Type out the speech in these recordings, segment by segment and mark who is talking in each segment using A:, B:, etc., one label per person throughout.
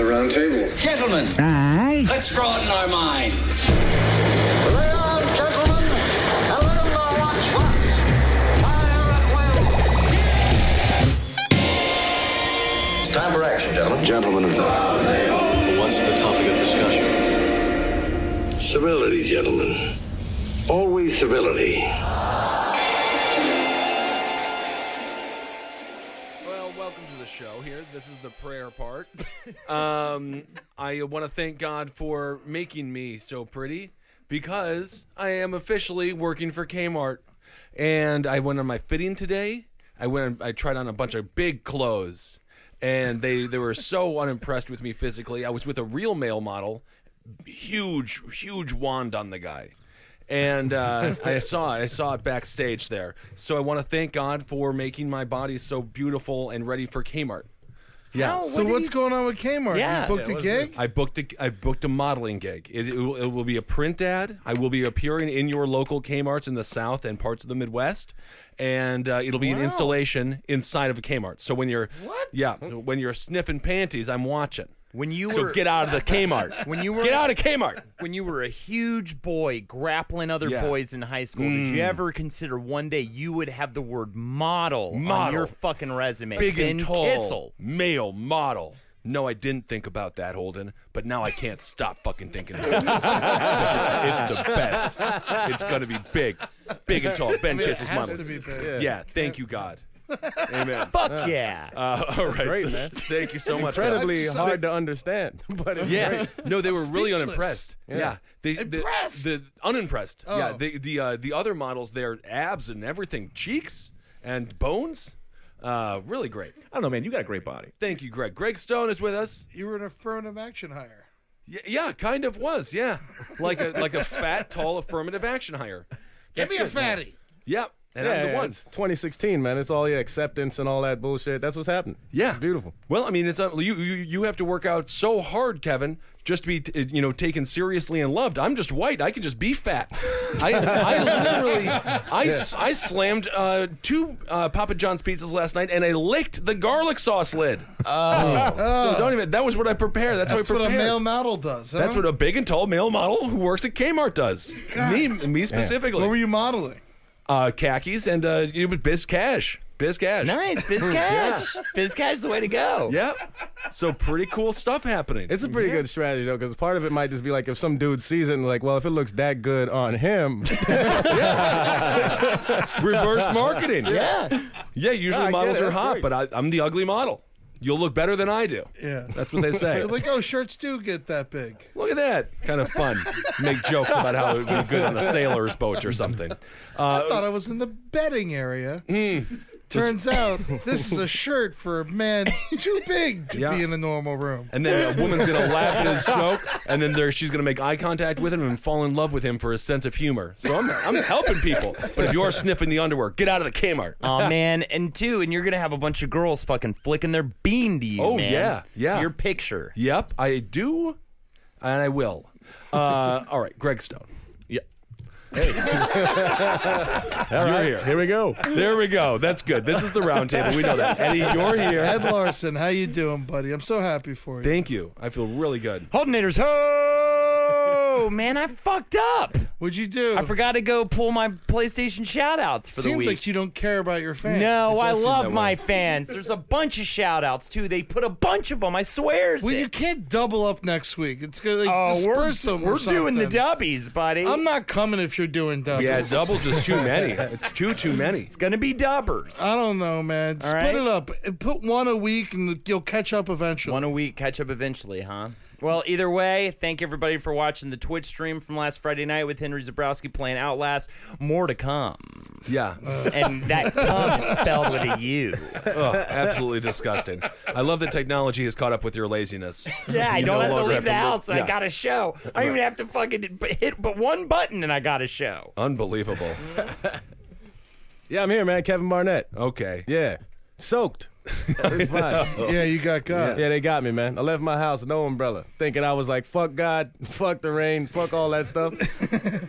A: round table.
B: Gentlemen,
C: Aye.
B: let's broaden our minds.
D: Lay on, gentlemen, and let 'em know what's what. Fire at will. It's time for action, gentlemen.
A: Gentlemen of
E: What's the topic of discussion?
F: Civility, gentlemen. Always civility.
G: Well, welcome to the show here. This is the prayer part.
H: Um, I want to thank God for making me so pretty because I am officially working for Kmart, and I went on my fitting today. I went, I tried on a bunch of big clothes, and they they were so unimpressed with me physically. I was with a real male model, huge huge wand on the guy. And uh, I saw I saw it backstage there, so I want to thank God for making my body so beautiful and ready for Kmart. Yeah,
I: So what's going on with Kmart?
J: Yeah.
I: you booked
J: Yeah,
I: a
J: what
I: gig.
H: I booked a, I booked a modeling gig. It, it, will, it will be a print ad. I will be appearing in your local Kmart's in the South and parts of the Midwest, and uh, it'll be an installation inside of a Kmart. So when you're
J: What?
H: Yeah, when you're sniffing panties, I'm watching.
J: When you
H: So
J: were
H: get out of the Kmart.
J: When you were-
H: get out of Kmart.
J: when you were a huge boy grappling other
H: Yeah. Mm.
J: boys in high school, did you ever consider one day you would have the word model, on
H: Model.
J: your fucking resume?
H: Big
J: ben
H: and tall,
J: Kissel.
H: male model. No, I didn't think about that, Holden. But now I can't stop fucking thinking about it. it's, it's the best. It's gonna be big, big and tall. Ben Kissel's
I: has
H: model.
I: to be big.
H: Yeah. thank you, God. Amen.
J: Fuck yeah.
H: Uh, all right.
K: great,
H: so-
K: man.
H: Thank you so much.
K: Incredibly
I: That's-
K: hard to understand, but it's
H: Yeah.
K: great.
H: No, they were really
I: Speechless.
H: unimpressed. Yeah. They, the-
I: Impressed?
H: The, unimpressed. Yeah.
I: Oh.
H: The the uh, the other models, their abs and everything, cheeks and bones, uh, really great.
K: I don't know, man. You got a great body.
H: Thank you, Greg. Greg Stone is with us.
I: You were an affirmative action hire.
H: Y- yeah, kind of was. Yeah, like a like a fat, tall affirmative action hire.
I: Give me a fatty.
H: Yep. And
K: yeah,
H: I'm the
K: yeah,
H: one.
K: it's 2016, man. It's all your acceptance and all that bullshit. That's what's happening.
H: Yeah,
K: It's beautiful.
H: Well, I mean, it's not, you, you. You have to work out so hard, Kevin, just to be t- you know taken seriously and loved. I'm just white. I can just be fat. I, I literally, I, s- I slammed uh, two uh, Papa John's pizzas last night, and I licked the garlic sauce lid. Oh, so don't even. That was what I prepared. That's,
I: That's
H: how I
I: what a
H: prepared.
I: male model does. Huh?
H: That's what a big and tall male model who works at Kmart does. Me, me specifically.
I: What were you modeling?
H: Uh, khakis and uh, you know, biz cash, biz cash.
J: nice. Bizcash. Bizcash is the way to go.
H: Yep. So pretty cool stuff happening.
K: It's a pretty good strategy though, because part of it might just be like if some dude sees it and like, well, if it looks that good on him,
H: Reverse marketing.
J: Yeah.
H: Yeah, usually
K: Yeah, I get
H: models
K: it.
H: are
K: That's
H: hot,
K: great.
H: but I, I'm the ugly model. You'll look better than I do.
I: Yeah.
H: That's what they say.
I: They're like, oh, shirts do get that big.
H: look at that. Kind of fun. Make jokes about how it would be good on a sailor's boat or something.
I: I thought I was in the bedding area. Turns out this is a shirt for a man too big to
H: Yeah.
I: be in a normal room.
H: And then a woman's going to laugh at his joke, and then there, she's going to make eye contact with him and fall in love with him for his sense of humor. So I'm, I'm helping people. But if you're sniffing the underwear, get out of the Kmart.
J: Oh man, and two, and you're gonna have a bunch of girls fucking flicking their bean to you.
H: Oh,
J: man.
H: yeah, yeah.
J: Your picture.
H: Yep, I do, and I will. Uh, all right, Greg Stone.
K: yeah.
H: you're here.
K: Here we go.
H: There we go. That's good. This is the roundtable. We know that. Eddie, you're here.
I: Ed Larson, how you doing, buddy? I'm so happy for you.
H: Thank you. I feel really good.
J: Holdenators, ho! man, I fucked up.
I: What'd you do?
J: I forgot to go pull my PlayStation shout outs for the
I: Seems
J: week.
I: like you don't care about your fans.
J: No, I
H: that
J: love
H: way.
J: my fans. There's a bunch of shout outs too. They put a bunch of them. I swear.
I: Well, you can't double up next week. It's gonna like,
J: oh, we're,
I: disperse them. or
J: we're doing the
I: something.
J: dubbies, buddy.
I: I'm not coming if you're doing doubles.
H: Yeah, doubles is too many. It's too too many.
J: it's gonna be dubbers.
I: I don't know, man. Split
J: right.
I: it up. And Put one a week, and you'll catch up eventually.
J: One a week, catch up eventually, huh? Well, either way, thank everybody for watching the Twitch stream from last Friday night with Henry Zabrowski playing Outlast. More to come.
H: Yeah.
J: And that come is spelled with a U.
H: Ugh, Oh, absolutely disgusting. I love that technology has caught up with your laziness.
J: Yeah, I
H: You
J: don't
H: no
J: have to
H: longer
J: leave the
H: look-
J: house. and
H: yeah.
J: I got a show. I don't even have to fucking hit but one button and I got a show.
H: Unbelievable.
K: Yeah, I'm here, man. Kevin Barnett.
H: Okay.
K: Yeah, soaked. It's fine.
I: Yeah, you got God.
K: Yeah, they got me, man. I left my house, no umbrella, thinking I was like, fuck God, fuck the rain, fuck all that stuff.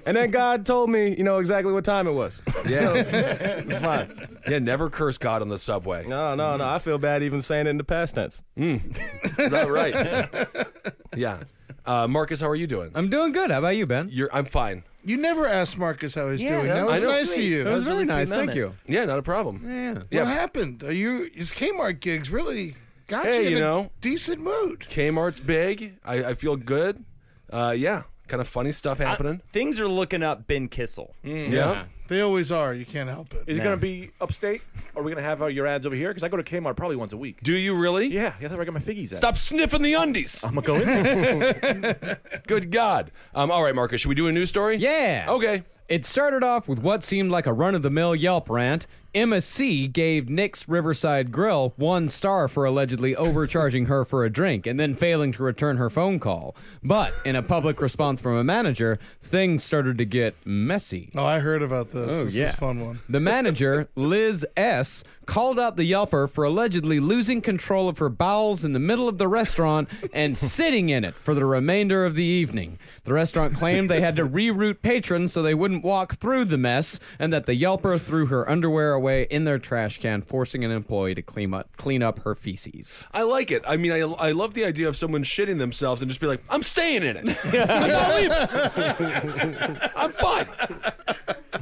K: and then God told me, you know, exactly what time it was. Yeah. it's fine.
H: Yeah, never curse God on the subway.
K: No, no, no. I feel bad even saying it in the past tense.
H: Is that right? yeah. Uh, Marcus, how are you doing?
A: I'm doing good. How about you, Ben?
H: You're, I'm fine.
I: You never asked Marcus how he's
J: Yeah,
I: doing.
J: that
I: That
J: was
I: was
H: I know.
I: nice of you.
A: That
I: What
A: was really nice. Thank you.
H: Yeah, not a problem.
A: Yeah.
H: Yeah.
I: happened? Are you? Is Kmart gigs really got
H: Hey,
I: you in
H: you
I: a
H: know.
I: decent mood?
H: Kmart's big. I, I feel good. Uh, yeah, kind of funny stuff happening.
J: Things are looking up Ben Kissel.
H: yeah.
I: They always are. You can't help it.
C: Is it going to be upstate? Are we going to have uh, your ads over here? Because I go to Kmart probably once a week.
H: Do you really?
C: Yeah, yeah, that's where I got my figgies at.
H: Stop sniffing the undies.
C: I'm going to go in there.
H: Good God. Um, all right, Marcus, should we do a news story?
A: Yeah.
H: Okay.
A: It started off with what seemed like a run of the mill Yelp rant. Emma C gave Nick's Riverside Grill one star for allegedly overcharging her for a drink and then failing to return her phone call. But in a public response from a manager, things started to get messy.
I: Oh, I heard about this. this
A: yeah.
I: is a fun one.
A: The manager, Liz S., called out the Yelper for allegedly losing control of her bowels in the middle of the restaurant and sitting in it for the remainder of the evening. The restaurant claimed they had to reroute patrons so they wouldn't walk through the mess and that the Yelper threw her underwear away in their trash can, forcing an employee to clean up, clean up her feces.
H: I like it. I mean, I, I love the idea of someone shitting themselves and just be like, I'm staying in it. I'm not leaving. I'm fine.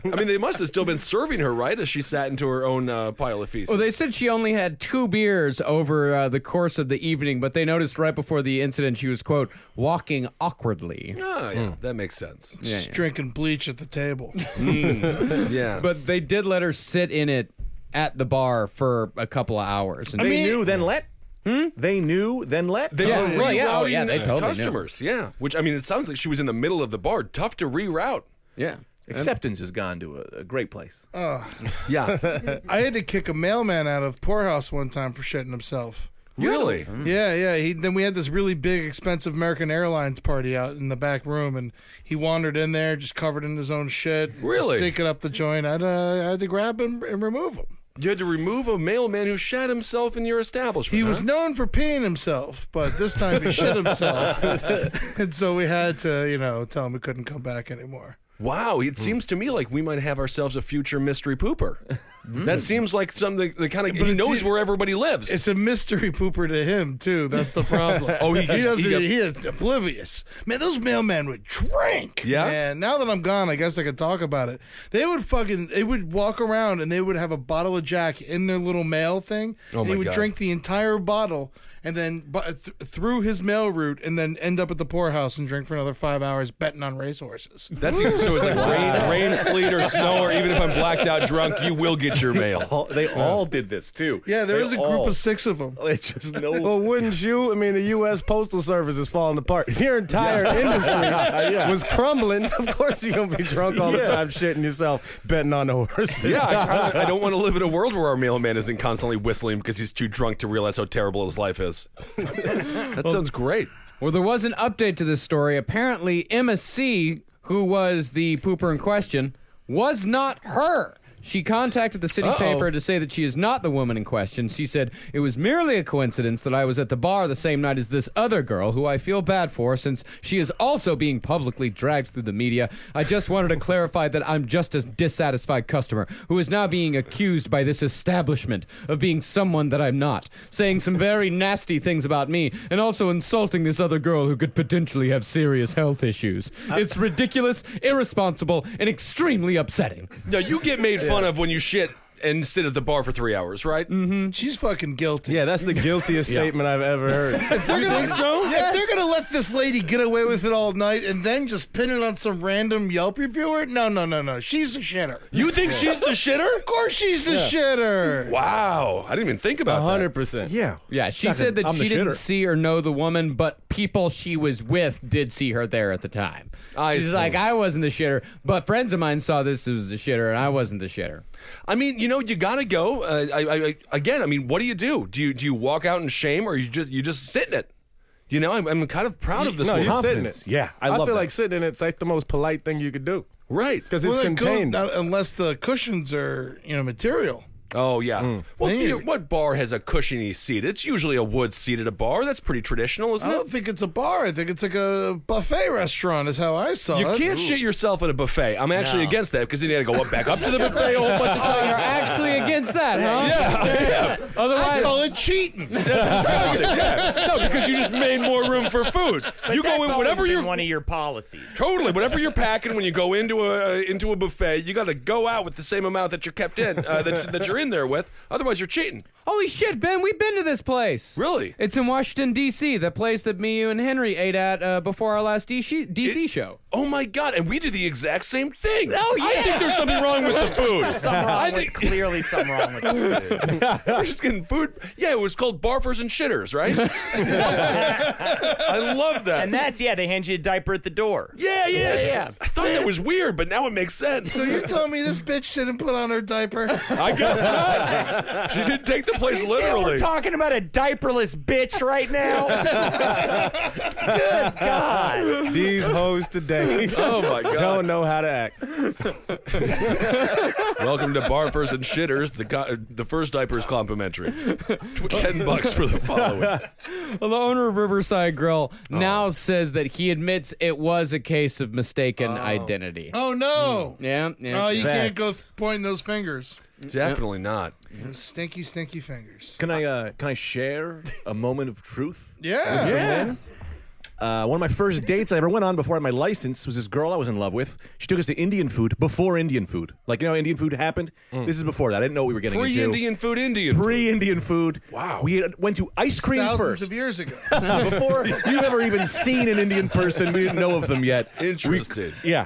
H: I mean, they must have still been serving her, right, as she sat into her own uh, pile of feces.
A: Well, they said she only had two beers over uh, the course of the evening, but they noticed right before the incident she was, quote, walking awkwardly.
H: Ah, yeah, that makes sense.
I: Just drinking bleach at the table.
H: Yeah.
A: But they did let her sit in it at the bar for a couple of hours. And
C: They knew, then let. They knew, then let.
H: They
A: Yeah,
H: were
A: well, yeah, oh,
H: rerouting uh,
A: yeah, they totally knew.
H: customers. Yeah, which I mean, it sounds like she was in the middle of the bar. Tough to reroute.
A: yeah.
C: Acceptance has gone to a, a great place.
K: Uh,
H: Yeah,
I: I had to kick a mailman out of poorhouse one time for shitting himself.
H: really.
I: Yeah, yeah. He, then we had this really big, expensive American Airlines party out in the back room, and he wandered in there just covered in his own shit,
H: Really?
I: just stinking up the joint. I'd, uh, I had to grab him and remove him.
H: You had to remove a mailman who shat himself in your establishment.
I: He
H: huh?
I: was known for peeing himself, but this time he shit himself, and so we had to, you know, tell him he couldn't come back anymore.
H: Wow, it seems to me like we might have ourselves a future mystery pooper. that seems like something the kind of he
I: it's-
H: knows where everybody lives.
I: It's a mystery pooper to him too. That's the problem. oh, he,
H: gets-
I: doesn't.
H: he
I: He,
H: got-
I: is oblivious. Man, those mailmen would drink.
H: Yeah?
I: Man, now that I'm gone, I guess I could talk about it. They would fucking. They would walk around and they would have a bottle of Jack in their little mail thing. Oh
H: my
I: He would
H: God.
I: drink the entire bottle and then bu- th- through his mail route and then end up at the poorhouse and drink for another five hours betting on racehorses.
H: that's so it's like rain, rain, sleet, or snow, or even if I'm blacked out drunk, you will get your mail.
C: All- they all did this too.
I: Yeah, there
C: They
I: was a
C: all-
I: group of six of them.
C: It's just no.
K: Well, wouldn't you? I mean, the U.S. Postal Service is falling apart. If your entire industry was crumbling, of course you're going to be drunk all the time, shitting yourself, betting on the horse.
H: Yeah, I, kinda- I don't want to live in a world where our mailman isn't constantly whistling because he's too drunk to realize how terrible his life is. that sounds great.
A: Well, there was an update to this story. Apparently, Emma C., who was the pooper in question, was not her. She contacted the city paper to say that she is not the woman in question. She said, It was merely a coincidence that I was at the bar the same night as this other girl, who I feel bad for since she is also being publicly dragged through the media. I just wanted to clarify that I'm just a dissatisfied customer who is now being accused by this establishment of being someone that I'm not, saying some very nasty things about me, and also insulting this other girl who could potentially have serious health issues. It's ridiculous, irresponsible, and extremely upsetting.
H: No, you get made fun of when you shit and sit at the bar for three hours, right?
I: She's fucking guilty.
K: Yeah, that's the guiltiest statement I've ever heard.
I: They're gonna, If they're gonna let this lady get away with it all night and then just pin it on some random Yelp reviewer, no, no, no, no. She's a shitter.
H: You think she's the shitter?
I: Of course, she's the shitter.
H: Wow, I didn't even think about that.
K: 100%.
C: yeah.
A: Yeah, she said that
C: I'm the
A: she didn't
C: shitter.
A: see or know the woman, but people she was with did see her there at the time.
H: I
A: She's
H: see.
A: like, I wasn't the shitter, but friends of mine saw this as the shitter, and I wasn't the shitter.
H: I mean, you know, you gotta go. Uh, I, I, I, again, I mean, what do you do? Do you do you walk out in shame, or you just you just sit in it? You know, I'm, I'm kind of proud of this.
K: No,
H: one.
K: you're sitting in it.
C: Yeah, I love
K: feel
C: that.
K: like sitting in it's like the most polite thing you could do
H: right?
K: because
I: Well,
K: it's
I: that goes-
K: contained.
I: not- unless the cushions are, you know, material.
H: Oh yeah. Well,
I: Man.
H: theater, what bar has a cushiony seat? It's usually a wood seat at a bar. That's pretty traditional, isn't
I: I
H: it?
I: don't think it's a bar. I think it's like a buffet restaurant. Is how I saw
H: You
I: it.
H: can't shit yourself at a buffet. I'm actually
I: Oh, No.
H: against that because then you got to go up back up to the buffet a whole bunch of times.
A: actually against that, huh?
H: Yeah. yeah.
I: I call it cheating.
H: That's disgusting. Yeah. No, because you just made more room for food.
J: But
H: you
J: that's
H: go in
J: always
H: whatever
J: been
H: you're
J: one of your policies.
H: Totally. Whatever you're packing when you go into a uh, into a buffet, you got to go out with the same amount that you're kept in uh, that, that you're in there with. Otherwise, you're cheating.
A: Holy shit, Ben, we've been to this place.
H: Really?
A: It's in Washington, D.C., the place that me, you, and Henry ate at uh, before our last D.C. DC show.
H: Oh my god! And we did the exact same thing.
A: Oh,
H: I think
A: yeah.
H: there's something wrong with the food.
J: Something wrong
H: I
J: with-
H: think
J: clearly something wrong with the food.
H: we're just getting food. Yeah, it was called barfers and shitters, right? I love that.
J: And that's yeah, they hand you a diaper at the door.
H: yeah, yeah,
J: yeah.
H: I thought that was weird, but now it makes sense.
I: So you're telling me this bitch didn't put on her diaper?
H: I guess not. She didn't take the place
J: We're
H: literally.
J: talking about a diaperless bitch right now. Good God.
K: These hoes today
H: Oh my god!
K: don't know how to act.
H: Welcome to Barfers and Shitters. The co- the first diaper is complimentary. Tw- Ten bucks for the following.
A: Well, the owner of Riverside Grill
I: Oh.
A: now says that he admits it was a case of mistaken identity.
I: Oh no!
A: Mm. Yeah, yeah.
I: Oh, you
K: That's-
I: can't go pointing those fingers.
H: Definitely not.
I: Those Stinky, stinky fingers.
C: Can I uh, can I share a moment of truth?
I: Yeah.
J: Yes.
C: Uh, one of my first dates I ever went on before I had my license was this girl I was in love with. She took us to Indian food before Indian food. Like you know, how Indian food happened. This is before that. I didn't know what we were getting
H: Free
C: into.
H: Indian Mm. food, Indian. food.
C: Pre-Indian food.
H: Wow.
C: We had- went to ice cream
I: Thousands
C: first.
I: of years ago.
C: before you ever even seen an Indian person. We didn't know of them yet. We-
H: Interesting.
C: yeah.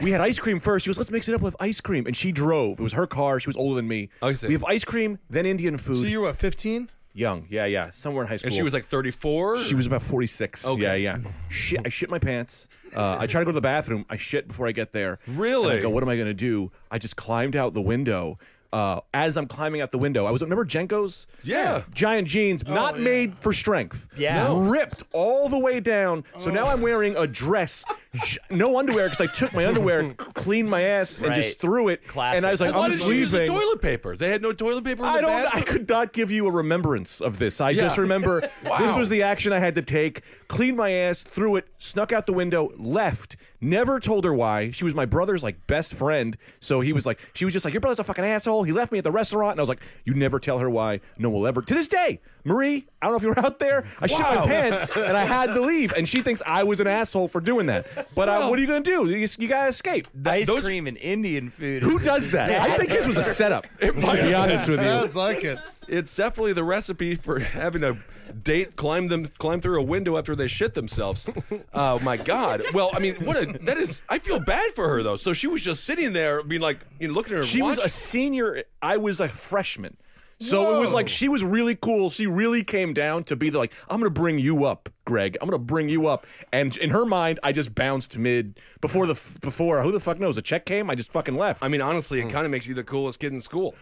C: We had ice cream first. She goes, let's mix it up with ice cream. And she drove. It was her car. She was older than me.
H: Oh, I see.
C: We have ice cream, then Indian food.
I: so you're what, 15?
C: Young. Yeah, yeah. Somewhere in high school.
H: And she was like 34.
C: She was about 46.
H: Okay.
C: Yeah, yeah. Shit, I shit my pants. Uh, I try to go to the bathroom. I shit before I get there.
H: Really?
C: And I go, what am I going to do? I just climbed out the window. Uh, as I'm climbing out the window, I was, remember Jenko's?
H: Yeah. Oh,
C: Giant jeans, not made for strength.
J: Yeah. No.
C: Ripped all the way down. So now I'm wearing a dress, j- no underwear, because I took my underwear, cleaned my ass, and just
J: Right.
C: threw it. And I was like,
H: Why
C: I'm
H: did
C: just
H: she use the
C: leaving.
H: toilet paper? They had no toilet paper. In
C: I
H: the
C: don't. I
H: bathroom?
C: could not give you a remembrance of this. I just
H: Yeah.
C: remember
H: Wow.
C: this was the action I had to take. Cleaned my ass, threw it, snuck out the window, left. Never told her why. She was my brother's like best friend, so he was like, she was just like, your brother's a fucking asshole. He left me at the restaurant, and I was like, you never tell her why. No one will ever. To this day, Marie, I don't know if you were out there. I shit my
H: Wow.
C: pants, and I had to leave, and she thinks I was an asshole for doing that. But uh, what are you gonna do? You, you gotta escape.
J: Ice
H: those-
J: cream and Indian food.
C: Who does that? I think this was a setup. To be honest with you.
I: Sounds like it.
H: It's definitely the recipe for having a date climb them climb through a window after they shit themselves. oh my god. Well, I mean, what a that is. I feel bad for her though. So she was just sitting there, being like, you know, looking at her.
C: She was
H: watch.
C: a senior. I was a freshman. So it was
I: Whoa.
C: like she was really cool. She really came down to be the, like, I'm gonna bring you up, Greg. I'm gonna bring you up. And in her mind, I just bounced mid before the f- before who the fuck knows a check came. I just fucking left.
H: I mean, honestly, it kind of makes you the coolest kid in school.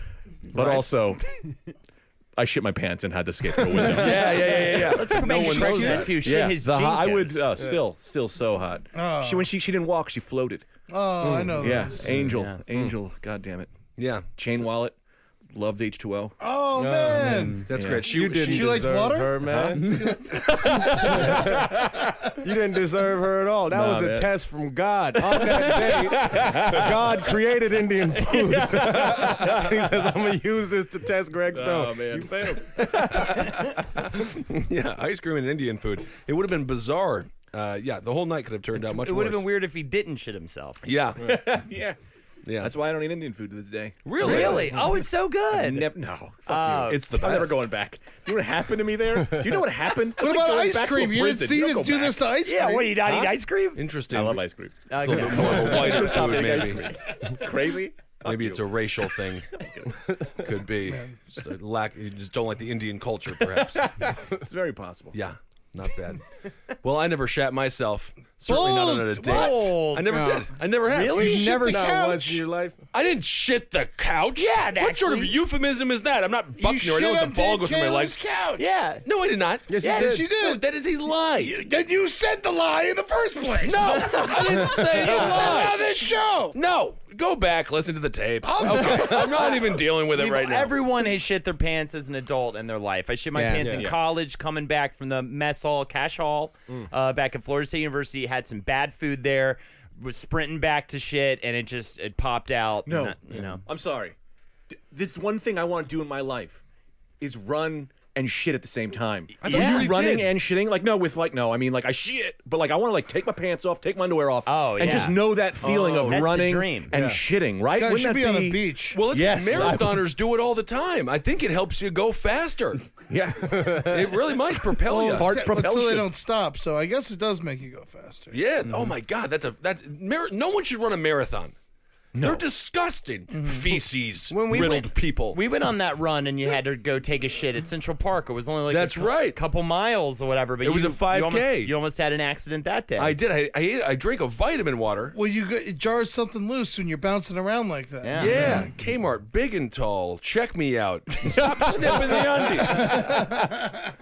C: but also, I shit my pants and had to escape through a window.
H: Yeah, yeah, yeah, yeah.
J: Let's go make
H: one
J: Shrek
H: knows
J: that
H: that.
J: too. Shit
C: Yeah,
J: his
C: the hot- I would
J: jinkos.
C: uh, still still so hot.
K: Oh.
C: She when she she didn't walk, she floated.
I: Oh, I know
C: Yeah,
I: those.
C: angel, angel. God damn it,
H: Yeah,
C: chain wallet. Loved H2O.
I: Oh, man.
H: that's great. She,
K: You
H: she-
K: didn't
I: She likes
K: deserve
I: water?
K: her, man. you didn't deserve her at all. That
C: Nah,
K: was a
C: man.
K: test from God. On that day, God created Indian food. he says, "I'm gonna use this to test Greg
I: Oh,
K: Stone."
C: man.
K: You failed.
H: yeah, ice cream and Indian food. It would have been bizarre. Uh, yeah, the whole night could have turned out much.
J: it would have been
H: worse.
J: weird if he didn't shit himself.
H: Yeah,
C: Yeah.
H: yeah.
C: That's why I don't eat Indian food to this day.
H: really,
J: Oh, it's so good.
C: Never, no. Fuck
J: Oh.
C: you.
H: It's the
C: I'm never
H: best.
C: going back. You know what happened to me there? Do you know what happened?
I: What about ice cream? You didn't, you uh, didn't do this to ice cream.
J: Yeah, what do you not eat ice cream?
H: Interesting.
C: I love ice cream.
H: It's a little bit more of a whiter
C: Stop
H: food,
C: eating ice
H: maybe.
C: Crazy.
H: Maybe it's a racial thing. Could be. Just a lack. You just don't like the Indian culture, perhaps.
C: It's very possible.
H: yeah, not bad. Well, I never shat myself. Certainly not on a
I: Bold.
H: date.
J: What?
H: I never
A: No.
H: did. I never have.
J: Really?
I: Shit
A: never
I: the
A: saw
I: couch.
K: Once in your life.
H: I didn't shit the couch.
J: Yeah,
H: What sort of
J: actually.
H: euphemism is that? I'm not
I: You
H: Buckner. I
I: shit
H: know what
I: on
H: the ball
I: Dave
H: goes through my
I: Kalin's
H: life.
I: couch.
J: Yeah.
H: No, I did not. Yes,
J: you
I: Yes, did. you did.
H: No, that is a lie.
I: Then you said the lie in the first place.
H: no, I didn't say a lie.
I: this show.
H: No, Go back, listen to the tapes. Okay. I'm not even dealing with it
J: We've-
H: right now.
J: Everyone has shit their pants as an adult in their life. I shit my
H: Yeah.
J: pants
H: Yeah.
J: in
H: Yeah.
J: college, coming back from the mess hall, cash hall, uh, back at Florida State University. Had some bad food there. Was sprinting back to shit, and it just it popped out.
C: No.
J: and I- you know.
C: I'm sorry. Th- This one thing I want to do in my life is run and shit at the same time.
J: I thought you already
C: running
J: did.
C: and shitting. Like no, with like no. I mean like I shit, but like I want to like take my pants off, take my underwear off, oh, and
J: yeah.
C: just know that feeling
J: Oh,
C: of
J: that's the
C: running
J: dream.
C: and
J: Yeah.
C: shitting. Right?
I: Guys,
C: Wouldn't
I: should
C: that
I: be on a beach.
H: Well, it's
C: yes,
H: marathoners do it all the time. I think it helps you go faster.
C: yeah,
H: it really might propel
J: Oh.
H: you.
I: Well, except- but still they don't stop, so I guess it does make you go faster.
H: Yeah.
J: Mm-hmm.
H: Oh my God. That's a that's mar- no one should run a marathon. They're disgusting feces riddled
J: Mm-hmm. went,
H: people.
J: We went on that run, and you had to go take a shit at Central Park. It was only like
H: That's
J: a cou-
H: right.
J: couple miles or whatever. But
H: It was
J: you-
H: a 5K.
J: You almost, you almost had an accident that day.
H: I did. I I, ate, I drank a vitamin water.
I: Well, you got, it jars something loose when you're bouncing around like that.
H: Yeah. Kmart, big and tall. Check me out. Stop snipping the undies.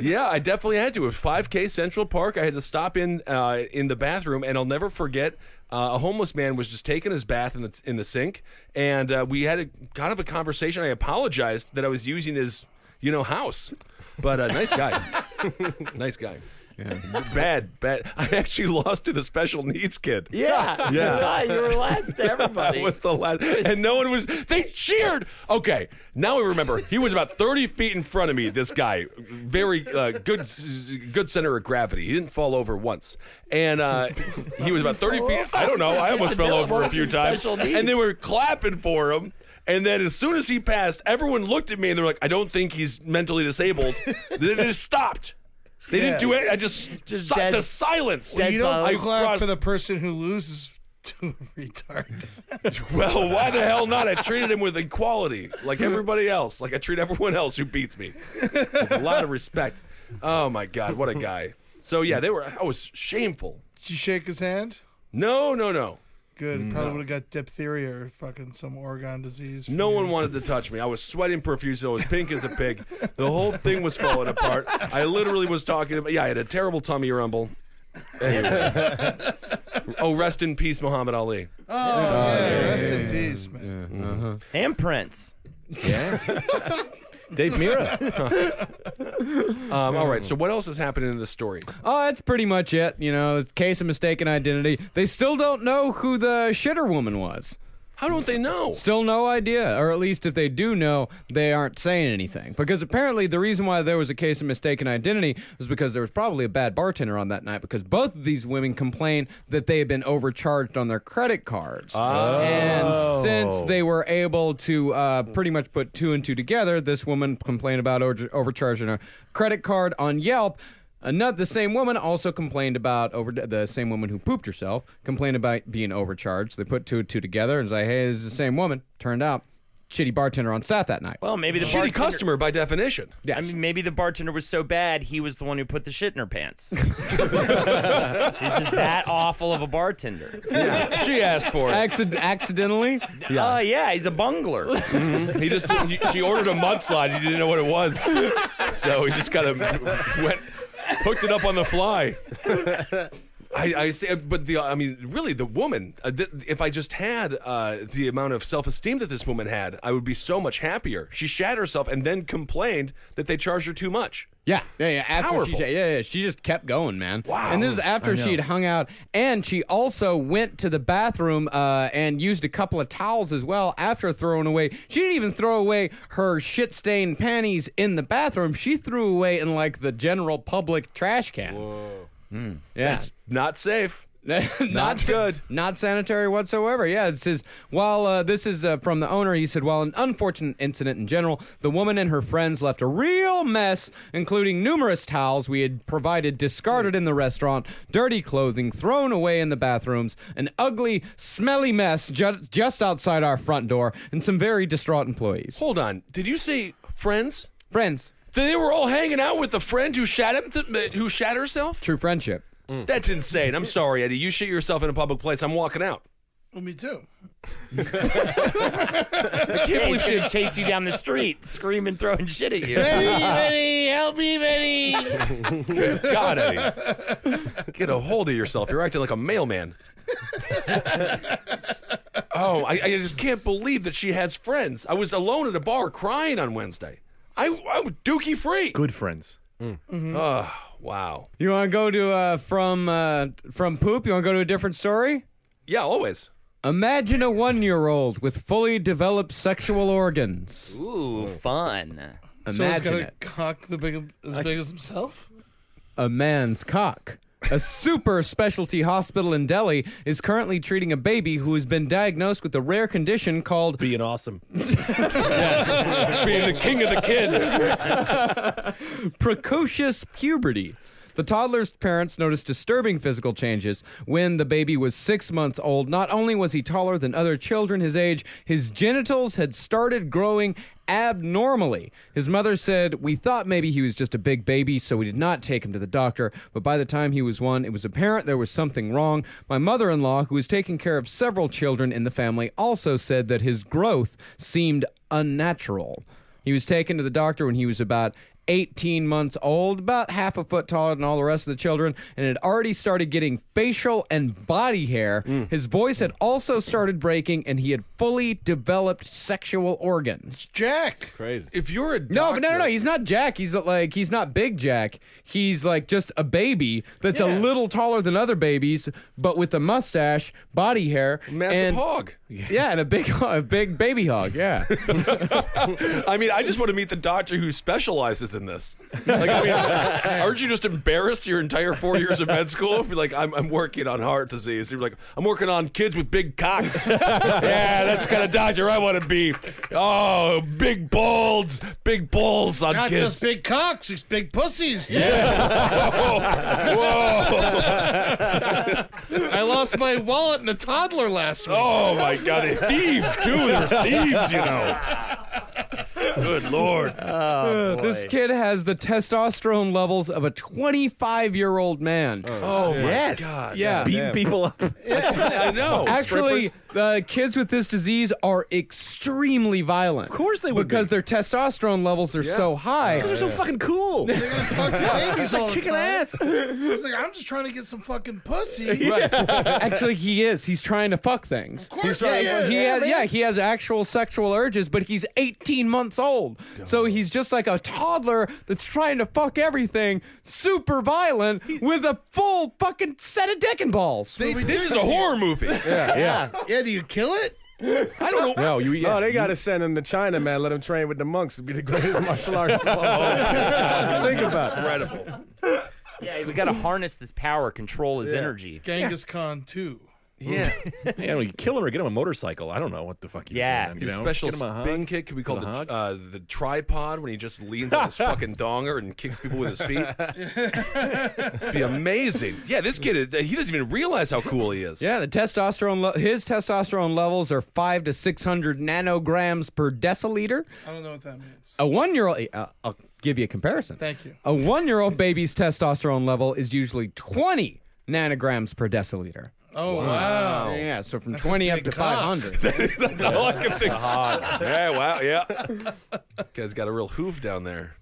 H: yeah, I definitely had to. It was 5K Central Park. I had to stop in uh, in the bathroom, and I'll never forget. Uh, a homeless man was just taking his bath in the in the sink, and uh, we had a kind of a conversation. I apologized that I was using his, you know, house, but uh, nice guy, nice guy. Bad, bad. I actually lost to the special needs kid.
J: Yeah.
H: yeah.
J: you were last to everybody.
H: That was the last. And no one was. They cheered. Okay, now I remember. He was about thirty feet in front of me. This guy, very uh, good, good center of gravity. He didn't fall over once, and uh, he was about thirty feet. I don't know. I almost fell over a few times,
J: Special needs.
H: and they were clapping for him. And then as soon as he passed, everyone looked at me and they're like, "I don't think he's mentally disabled." they just stopped. They
I: Yeah.
H: didn't do it. I just
J: Just
H: just stopped
J: dead-
H: to silence.
I: Well, you don't
H: I
I: clap
H: crossed-
I: for the person who loses to a retard.
H: Well, why the hell not? I treated him with equality, like everybody else. Like I treat everyone else who beats me. With a lot of respect. Oh my god, what a guy. So yeah, they were. I was shameful.
I: Did you shake his hand?
H: No, no, no.
I: Good. Probably would have got diphtheria or fucking some Oregon disease.
H: No one wanted to touch me. I was sweating profusely. I was pink as a pig. The whole thing was falling apart. I literally was talking about. Yeah, I had a terrible tummy rumble. Anyway. oh, rest in peace, Muhammad Ali.
I: Oh, yeah, rest in peace, man.
J: and Prince.
C: Dave Mira.
H: Um, all right. So what else is happening in this story?
A: Oh, that's pretty much it. You know, case of mistaken identity. They still don't know who the shitter woman was.
H: How don't they know?
A: Still no idea, or at least if they do know, they aren't saying anything. Because apparently, the reason why there was a case of mistaken identity was because there was probably a bad bartender on that night. Because both of these women complained that they had been overcharged on their credit cards, and since they were able to uh, pretty much put two and two together, this woman complained about over- overcharging her credit card on Yelp. Another, Uh, the same woman also complained about over the same woman who pooped herself complained about being overcharged. They put two and two together and was like, "Hey, this is the same woman." Turned out, shitty bartender on staff that night.
J: Well, maybe the
H: Shitty
J: bartender-
H: customer by definition.
A: yes.
J: I mean, maybe the bartender was so bad he was the one who put the shit in her pants. He's just that awful of a bartender.
H: She asked for it.
A: Accid- accidentally,
J: Yeah, Oh, yeah, he's a bungler.
H: He just she ordered a mudslide. He didn't know what it was, so he just kind of went hooked it up on the fly. I, I say, but the I mean, really, the woman. Uh, th- if I just had uh, the amount of self-esteem that this woman had, I would be so much happier. She shat herself and then complained that they charged her too much.
A: yeah, yeah, yeah. After she,
H: Powerful.
A: said- yeah, yeah, she just kept going, man.
H: Wow.
A: And this is
C: I
A: after
C: know.
A: she'd hung out, and she also went to the bathroom uh, and used a couple of towels as well after throwing away. She didn't even throw away her shit-stained panties in the bathroom. She threw away in like the general public trash can. Whoa. Yeah.
H: Not safe.
A: not,
H: good.
A: Not sanitary whatsoever. Yeah, it says, while uh, this is uh, from the owner, he said, while an unfortunate incident in general, the woman and her friends left a real mess, including numerous towels we had provided discarded in the restaurant, dirty clothing thrown away in the bathrooms, an ugly, smelly mess ju- just outside our front door, and some very distraught employees.
H: Hold on. Did you say friends?
A: Friends,
H: They were all hanging out with the friend who shat him who shat herself.
A: true friendship.
H: That's insane. I'm sorry, Eddie. You shit yourself in a public place. I'm walking out.
I: Well, me too.
H: I can't
J: Hey,
H: believe
J: he's
H: she
J: gonna chase you down the street, screaming, throwing shit at you.
H: got it. Get a hold of yourself. You're acting like a mailman. Oh, I, I just can't believe that she has friends. I was alone at a bar crying on Wednesday. I, I was dookie free.
C: Good friends.
H: Oh, wow.
A: You want to go to uh, from uh, from poop? You want to go to a different story?
H: Yeah, always.
A: Imagine a one-year-old with fully developed sexual organs.
J: Ooh, fun.
I: So he's
A: Imagine
I: got a
A: it.
I: cock the big as big as himself.
A: A man's cock. A super specialty hospital in Delhi is currently treating a baby who has been diagnosed with a rare condition called
C: Being awesome.
H: Being the king of the kids.
A: precocious puberty. The toddler's parents noticed disturbing physical changes when the baby was six months old. Not only was he taller than other children his age, his genitals had started growing abnormally. His mother said, We thought maybe he was just a big baby, so we did not take him to the doctor. But by the time he was one, it was apparent there was something wrong. My mother in law, who was taking care of several children in the family, also said that his growth seemed unnatural. He was taken to the doctor when he was about 18 months old, about half a foot taller than all the rest of the children, and had already started getting facial and body hair.
H: Mm.
A: His voice had also started breaking, and he had fully developed sexual organs.
I: Jack.
K: Crazy.
H: If you're a doctor,
A: No, but no, no, no. He's not Jack. He's like he's not Big Jack. He's like just a baby that's a little taller than other babies, but with a mustache, body hair,
H: massive
A: and,
H: hog.
A: Yeah, and a big, a big baby hog. Yeah.
H: I mean, I just want to meet the doctor who specializes in this. Like, I mean, aren't you just embarrassed your entire four years of med school? If you're like, I'm, I'm working on heart disease. You're like, I'm working on kids with big cocks. yeah, that's the kind of doctor I want to be. Oh, big balls, big balls on
I: Not
H: kids.
I: just big cocks, it's big pussies too. I lost my wallet in a toddler last week.
H: Oh my God, a thief too. They're thieves, you know. Good lord.
A: This kid has the testosterone levels of a 25 year old man.
C: Oh, yes.
A: yeah.
C: Beating people up.
H: I know.
A: Actually, the kids with this disease are extremely violent. Of
C: course they would
A: Because their testosterone levels are so high.
C: They're so fucking cool.
I: They're gonna talk to babies all the
C: Kicking
I: time.
C: ass.
I: He's like, I'm just trying to get some fucking pussy.
A: Right. Actually, he is. He's trying to fuck things.
I: Of course he is.
A: He has, yeah, he has actual sexual urges, but he's 18 months old. So he's just like a toddler that's trying to fuck everything, super violent, with a full fucking set of dick and balls.
H: this is a horror movie.
K: Yeah.
I: Yeah, do you kill it?
H: I don't know.
C: No, you. Yeah.
K: No, Oh, they gotta send him to China, man. Let him train with the monks to be the greatest martial artist. of all time. Think about it.
H: Oh. Incredible.
J: Yeah, we gotta harness this power, control his energy.
I: Genghis Khan too.
H: Yeah.
C: Yeah, well, you kill him or get him a motorcycle. I don't know what the fuck you
J: Yeah.
C: do. man, you
H: His
C: know?
H: special
C: Get him a hug.
H: spin kick could be called the,
C: Get him a
H: uh, the tripod when he just leans on his fucking donger and kicks people with his feet. be amazing. Yeah, this kid, is- he doesn't even realize how cool he is.
A: Yeah, the testosterone le- his testosterone levels are five to six hundred nanograms per deciliter.
I: I don't know what that means.
A: A one-year-old, uh, I'll give you a comparison.
I: Thank you.
A: A one-year-old baby's testosterone level is usually twenty nanograms per deciliter.
I: Oh wow.
A: Yeah, so from twenty up
I: big
A: to
I: cock.
A: five hundred.
H: That's all I can think. Yeah, wow, yeah. Guy's got a real hoof down there.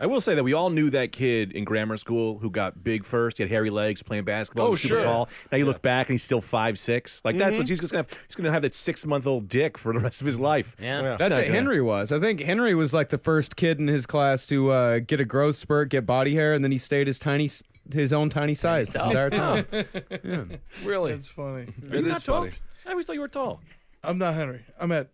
C: I will say that we all knew that kid in grammar school who got big first. He had hairy legs playing basketball.
H: Oh,
C: he was super
H: sure.
C: tall. Now you look back and he's still five six. Like that's what he's just gonna have. He's gonna have that six month old dick for the rest of his life.
J: Yeah.
C: It's
A: That's
C: not
A: what
C: gonna-
A: Henry was. I think Henry was like the first kid in his class to uh, get a growth spurt, get body hair, and then he stayed his tiny, s- his own tiny size the entire time.
H: Really?
I: That's funny.
H: It is funny.
C: I always thought you were tall.
I: I'm not Henry. I'm at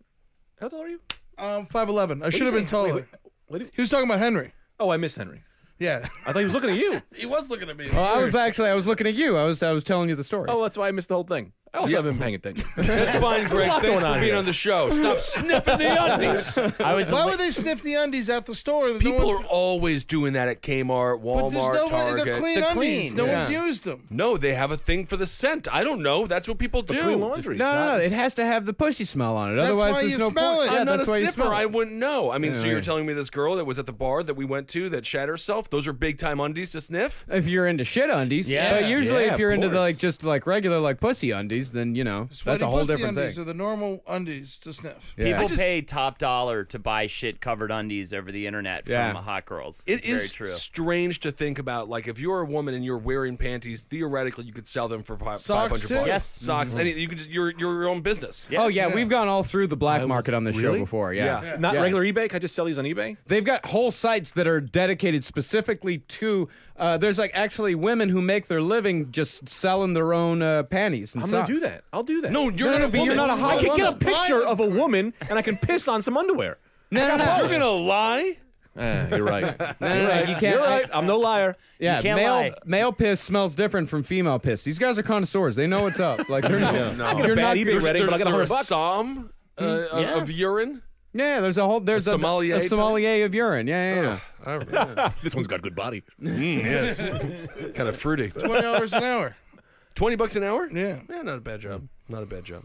C: How tall are you?
I: um five eleven. I should have been taller.
C: What did-
I: He was talking about Henry.
C: Oh, I miss Henry.
I: Yeah.
C: I thought he was looking at you.
I: he was looking at me.
H: Oh,
A: Well, I was actually I was looking at you. I was I was telling you the story.
C: Oh, that's why I missed the whole thing. I also haven't been paying attention.
H: That's fine, Greg. Thanks
C: lot going
H: for
C: on
H: being
C: here.
H: on the show. Stop sniffing the undies.
J: I was
I: Why would they sniff the undies at the store? that no
H: People
I: one's-
H: are always doing that at Kmart,
I: but
H: Walmart,
I: there's no one.
H: Target.
I: They're clean
A: They're
I: undies.
A: clean,
I: No
A: yeah.
I: one's e- used them.
H: No, they have a thing for the scent. I don't know. That's what people do.
C: Clean laundry.
A: No, no, no. It has to have the pussy smell on it.
I: That's
A: Otherwise,
I: why
A: there's
I: you
A: no
I: smell
A: point.
I: it.
A: Yeah,
H: I'm not
A: that's
H: a
A: why you
H: sniffer.
A: smell
H: I
A: it.
H: wouldn't know. I mean, so you're
A: right.
H: telling me this girl that was at the bar that we went to that shat herself. Those are big time undies to sniff.
A: If you're into shit undies,
J: Yeah.
A: But usually,
C: Yeah,
A: if you're
C: of
A: into the,
C: course.
A: like just like regular like pussy undies, undies, then you know that's
I: Sweaty
A: a whole
I: pussy
A: different
I: undies
A: thing.
I: Are the normal undies to sniff?
J: People pay top dollar to buy shit covered undies over the internet from
H: Yeah.
J: hot girls.
H: It
J: it's very
H: is
J: true.
H: strange to think about. Like, if you're a woman and you're wearing panties, theoretically, you could sell them for five
A: Socks,
H: hundred
A: too.
H: bucks.
A: Yes.
H: socks.
A: Mhm.
H: Any, you could just, you're, you're your own business.
A: Oh yeah, we've gone all through the black market on this show
H: really?
A: before. Yeah,
H: Yeah. Not regular
C: eBay. I just sell these on eBay.
A: They've got whole sites that are dedicated specifically to. Uh, there's like actually women who make their living just selling their own uh, panties and
C: I'm
A: socks.
C: gonna do that. I'll do that.
A: No, you're not a
C: but
A: woman.
C: You're not a
A: I'm
C: hot. I
A: a
C: can get a
A: woman.
C: picture of a woman and I can piss on some underwear.
A: No, no, no.
C: You're
H: gonna lie.
C: you're right.
A: No, no,
C: You're
A: no,
C: right.
A: you can't-
C: You're right. I'm no liar.
A: Yeah, male male piss smells different from female piss. These guys are connoisseurs. They know what's up. Like they're
H: No,
A: not.
H: no.
A: You're not
H: There's- there's- there's a Som uh, of-
A: Mm, Yeah.
H: of urine.
A: Yeah, there's a whole there's
H: A
A: a
H: sommelier
A: a
H: type?
A: sommelier of urine. Yeah, yeah, yeah.
H: this one's got good body. kind of fruity.
I: Twenty dollars an hour.
H: Twenty bucks an hour?
I: Yeah.
H: Yeah, not a bad job.
K: Mm.
H: Not a bad job.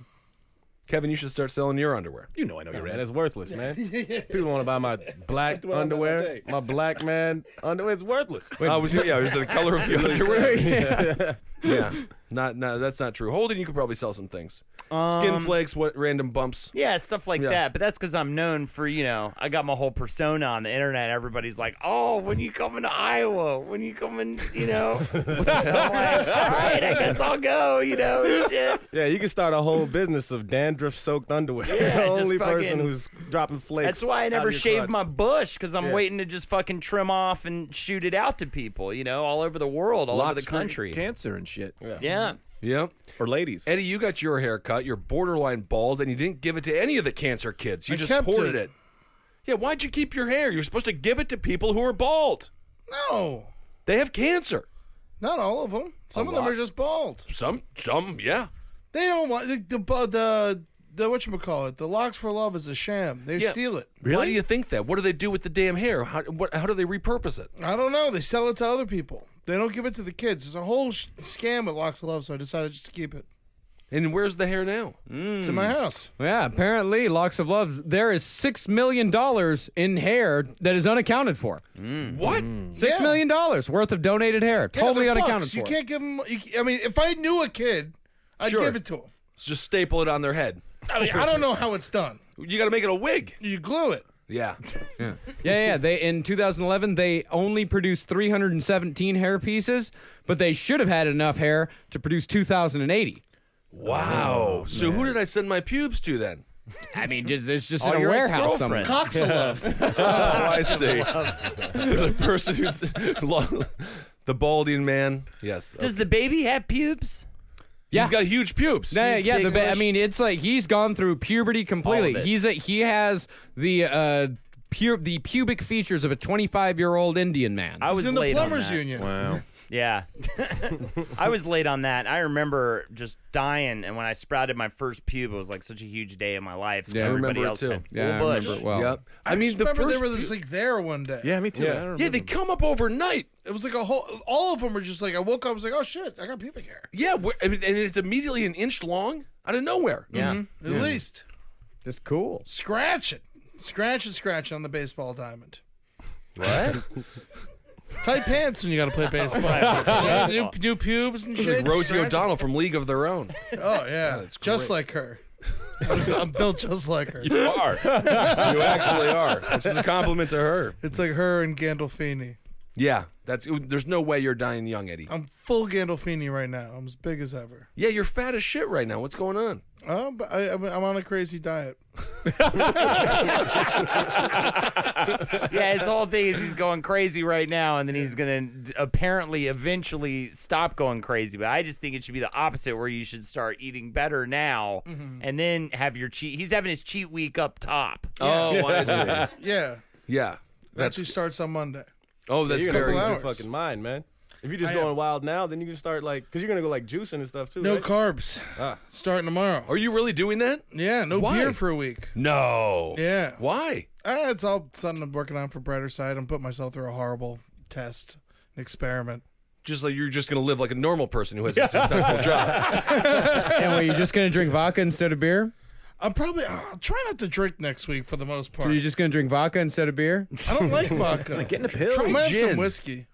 H: Kevin, you should start selling your underwear.
C: You know I know
K: Yeah, man, it's worthless, man. People want to buy my black
H: about
K: underwear, my black man underwear. It's worthless.
H: Oh, was it- yeah, it was the color of your underwear. yeah. Not no, that's not true. Holden, you could probably sell some things. Skin
J: Um,
H: flakes, what random bumps.
J: Yeah, stuff like
H: Yeah.
J: that. But that's because I'm known for, you know, I got my whole persona on the internet. Everybody's like, oh, when you coming to Iowa? When you coming, you know? I'm like, all right, I guess I'll go, you know, and shit.
K: Yeah, you can start a whole business of dandruff soaked underwear.
J: Yeah,
K: the
J: just
K: only person
J: fucking-
K: who's dropping flakes.
J: That's why I
K: out
J: never
K: of your
J: shaved
K: crotch.
J: my bush because I'm
K: Yeah.
J: waiting to just fucking trim off and shoot it out to people, you know, all over the world, all over the country.
C: cancer and shit. Yeah.
J: Yeah.
H: Yep.
C: Or ladies.
H: Eddie, you got your hair cut. You're borderline bald, and you didn't give it to any of the cancer kids. You
I: I
H: just
I: kept
H: hoarded it.
I: it.
H: Yeah, why'd you keep your hair? You're supposed to give it to people who are bald.
I: No,
H: They have cancer.
I: not all of them. Some
H: A
I: of them
H: lot.
I: are just bald.
H: Some, some, yeah.
I: They don't want the the bu- the, the what you call it. The locks for love is a sham. They
H: Yeah.
I: steal it.
H: Why do you think that? What do they do with the damn hair? How, what, how do they repurpose it?
I: I don't know. They sell it to other people. They don't give it to the kids. There's a whole sh- scam with locks of love. So I decided just to keep it.
H: And where's the hair now?
I: It's in my
A: Hmm.
I: house.
A: Yeah, apparently, locks of love. There is six million dollars in hair that is unaccounted for.
H: What?
A: Six million
I: Yeah.
A: dollars worth of donated hair, totally
I: Yeah, they're
A: unaccounted
I: fucks.
A: for.
I: You can't give them. You, I mean, if I knew a kid, I'd
H: Sure.
I: give it to him.
H: Just staple it on their head.
I: I mean, I don't know how it's done.
H: You got to make it a wig.
I: You glue it.
H: Yeah.
A: Yeah, yeah. They in 2011 they only produced 317 hair pieces, but they should have had enough hair to produce 2,080.
H: Wow. so who did I send my pubes to then?
A: I mean, just it's just
J: All
A: in a
J: your
A: warehouse somewhere.
J: ex-girlfriends.
I: Cocks of love.
H: Oh, I see. the person who's long, the balding man. Yes.
J: Does the baby have pubes?
A: Yeah.
H: He's got huge pubes.
A: Yeah, yeah,
J: big
A: the ba- I
J: bush.
A: mean, it's like he's gone through puberty completely.
J: All of it.
A: He's a, he has the uh, pu- the pubic features of a 25 year old Indian man.
J: I was
I: It's in the
J: late on
I: plumbers
J: that.
I: union.
J: Yeah. I was late on that. I remember just dying, and when I sprouted my first pube, it was like such a huge day in my life. So
H: Yeah, I
J: everybody
H: remember it
J: else
H: too.
J: had full
A: yeah, I
J: bush.
A: remember it well.
H: Yep.
I: I, mean,
H: the
I: remember
H: first.
I: they were just like there one day.
K: Yeah, me too.
H: Yeah.
K: I don't
H: yeah, they
K: remember.
H: come up overnight.
I: It was like a whole. All of them were just like I woke up. I was like, oh shit, I got pubic hair.
H: Yeah, where- I mean, and it's immediately an inch long out of nowhere.
J: Yeah.
I: At least
A: Just cool.
I: scratch it, scratch it, scratch it on the baseball diamond. What? Tight pants when you got to play baseball. Yeah, new, new pubes and shit.
H: Rosie
I: scratch it.
H: O'Donnell from League of Their Own.
I: Oh yeah, it's just like her. I'm built just like her.
H: You are. you actually are. This is a compliment to her.
I: It's like her and Gandolfini.
H: Yeah, that's. There's no way you're dying young, Eddie.
I: I'm full Gandolfini right now. I'm as big as ever.
H: Yeah, you're fat as shit right now. What's going on?
I: Oh, but I, I'm I'm on a crazy diet.
J: yeah, his whole thing is he's going crazy right now, and then he's going to apparently eventually stop going crazy. But I just think it should be the opposite, where you should start eating better now, and then have your cheat. He's having his cheat week up top.
H: Oh, I see.
I: Yeah,
H: Yeah,
I: that
H: that's.
I: actually starts on Monday.
H: Oh, that's
K: You're gonna
H: very.
I: couple
K: lose your
I: hours.
K: fucking mind, man. If you're just
I: I am.
K: going wild now, then you can start like, cause you're gonna go like juicing and stuff too.
I: No
K: right?
I: carbs. Starting tomorrow.
H: Are you really doing that?
I: yeah, no
H: Why?
I: beer for a week.
H: No.
I: Yeah.
H: Why?
I: Ah, it's all something I'm working on for Brighter Side. I'm putting myself through a horrible test, an experiment.
H: Just like you're just gonna live like a normal person who has a successful job.
A: and were you just gonna drink vodka instead of beer?
I: I'm probably, I'll try not to drink next week for the most
A: Were
I: part.
A: you just gonna drink vodka instead of beer?
I: I don't like vodka.
K: Getting a pill.
I: I might have
H: Gin.
I: some whiskey.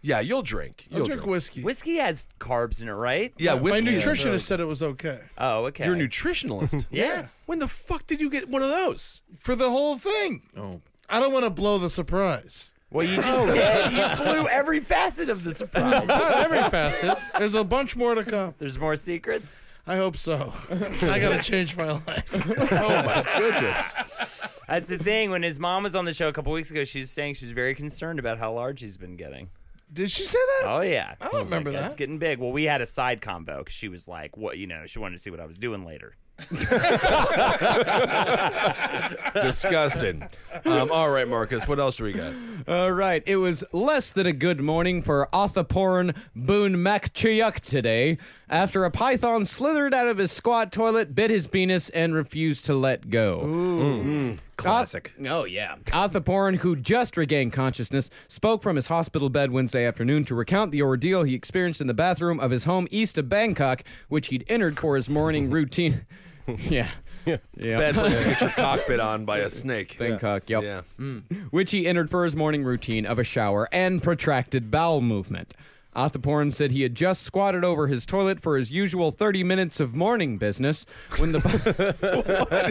H: Yeah, you'll drink.
I: I'll
H: You'll
I: drink whiskey.
J: Whiskey has carbs in it, right?
H: Yeah,
I: My-
H: whiskey
I: My
H: is
I: nutritionist
H: good.
I: said it was okay.
J: Oh, okay.
H: You're a nutritionalist.
J: yes.
H: When the fuck did you get one of those?
I: For the whole thing.
H: Oh.
I: I don't want to blow the surprise.
J: Well, you just said you blew every facet of the surprise.
I: Not every facet. There's a bunch more to come.
J: There's more secrets.
I: I hope so. I got to change my life.
H: Goodness.
J: That's the thing. When his mom was on the show a couple weeks ago, she was saying she was very concerned about how large he's been getting.
I: Did she say that?
J: Oh yeah, I
I: don't remember
J: That's
I: that.
J: getting big. Well, we had a side combo because she was like, "What you know?" She wanted to see what I was doing later.
H: Disgusting. Um, all right, Marcus. What else do we got?
A: All right. It was less than a good morning for Othaporn Boone MacChuyuk today after a python slithered out of his squat toilet, bit his penis, and refused to let go.
C: Classic.
A: Oh, yeah. Othaporn, who just regained consciousness, spoke from his hospital bed Wednesday afternoon to recount the ordeal he experienced in the bathroom of his home east of Bangkok, which he'd entered for his morning routine. yeah.
H: Bad place to get your cockpit on by a snake.
A: Bangkok,
H: Yeah.
A: yep. Which he entered for his morning routine of a shower and protracted bowel movement. Othaporn said he had just squatted over his toilet for his usual 30 minutes of morning business when the.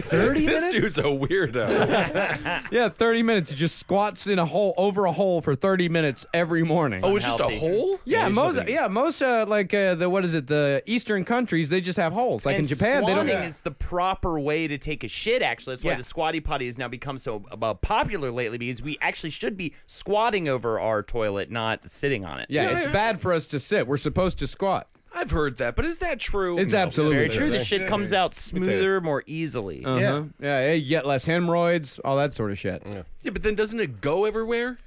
H: Thirty This dude's a weirdo.
A: yeah, 30 minutes. He just squats in a hole, over a hole for 30 minutes every morning.
H: oh, it's just a hole.
A: Yeah, most yeah most uh, like uh, the what is it the Eastern countries they just have holes like in
J: And
A: Japan they
J: squatting
A: don't.
J: is the proper way to take a shit. Actually, that's why
A: Yeah.
J: the squatty potty has now become so uh, popular lately because we actually should be squatting over our toilet, not sitting on it.
A: yeah, it's bad for us to sit. We're supposed to squat.
H: I've heard that, but is that true?
A: It's absolutely
J: Very true. The shit comes out smoother, more easily.
A: Uh-huh. Yeah, yeah, you get less hemorrhoids, all that sort of shit. What
H: Yeah, but then doesn't it go everywhere?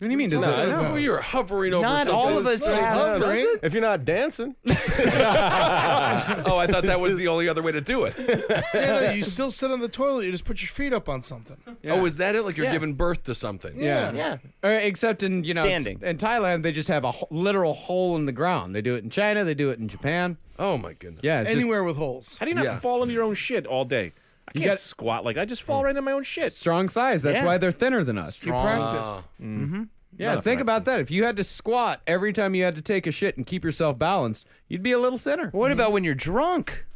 A: do you mean? Does it?
H: Well, you're hovering over.
J: Not all of us have.
I: Hovering.
K: If you're not dancing,
H: Oh, I thought that was the only other way to do it.
I: Yeah, no, you still sit on the toilet. You just put your feet up on something.
H: Oh, is that it? Like you're giving birth to something?
I: Yeah.
J: Yeah.
A: Uh, except in you know
J: Standing.
A: in Thailand they just have a ho- literal hole in the ground. They do it in China. They do it in Japan.
H: Oh my goodness.
A: Yeah, it's just
I: Anywhere with holes.
L: How do you not fall into your own shit all day? I can't
A: got-
L: squat like I just fall right into my own shit.
A: strong thighs. That's
J: Yeah. Mm-hmm.
A: why they're thinner than us.
I: You practice.
A: Yeah, think about that. If you had to squat every time you had to take a shit and keep yourself balanced, you'd be a little thinner.
J: What about when you're drunk?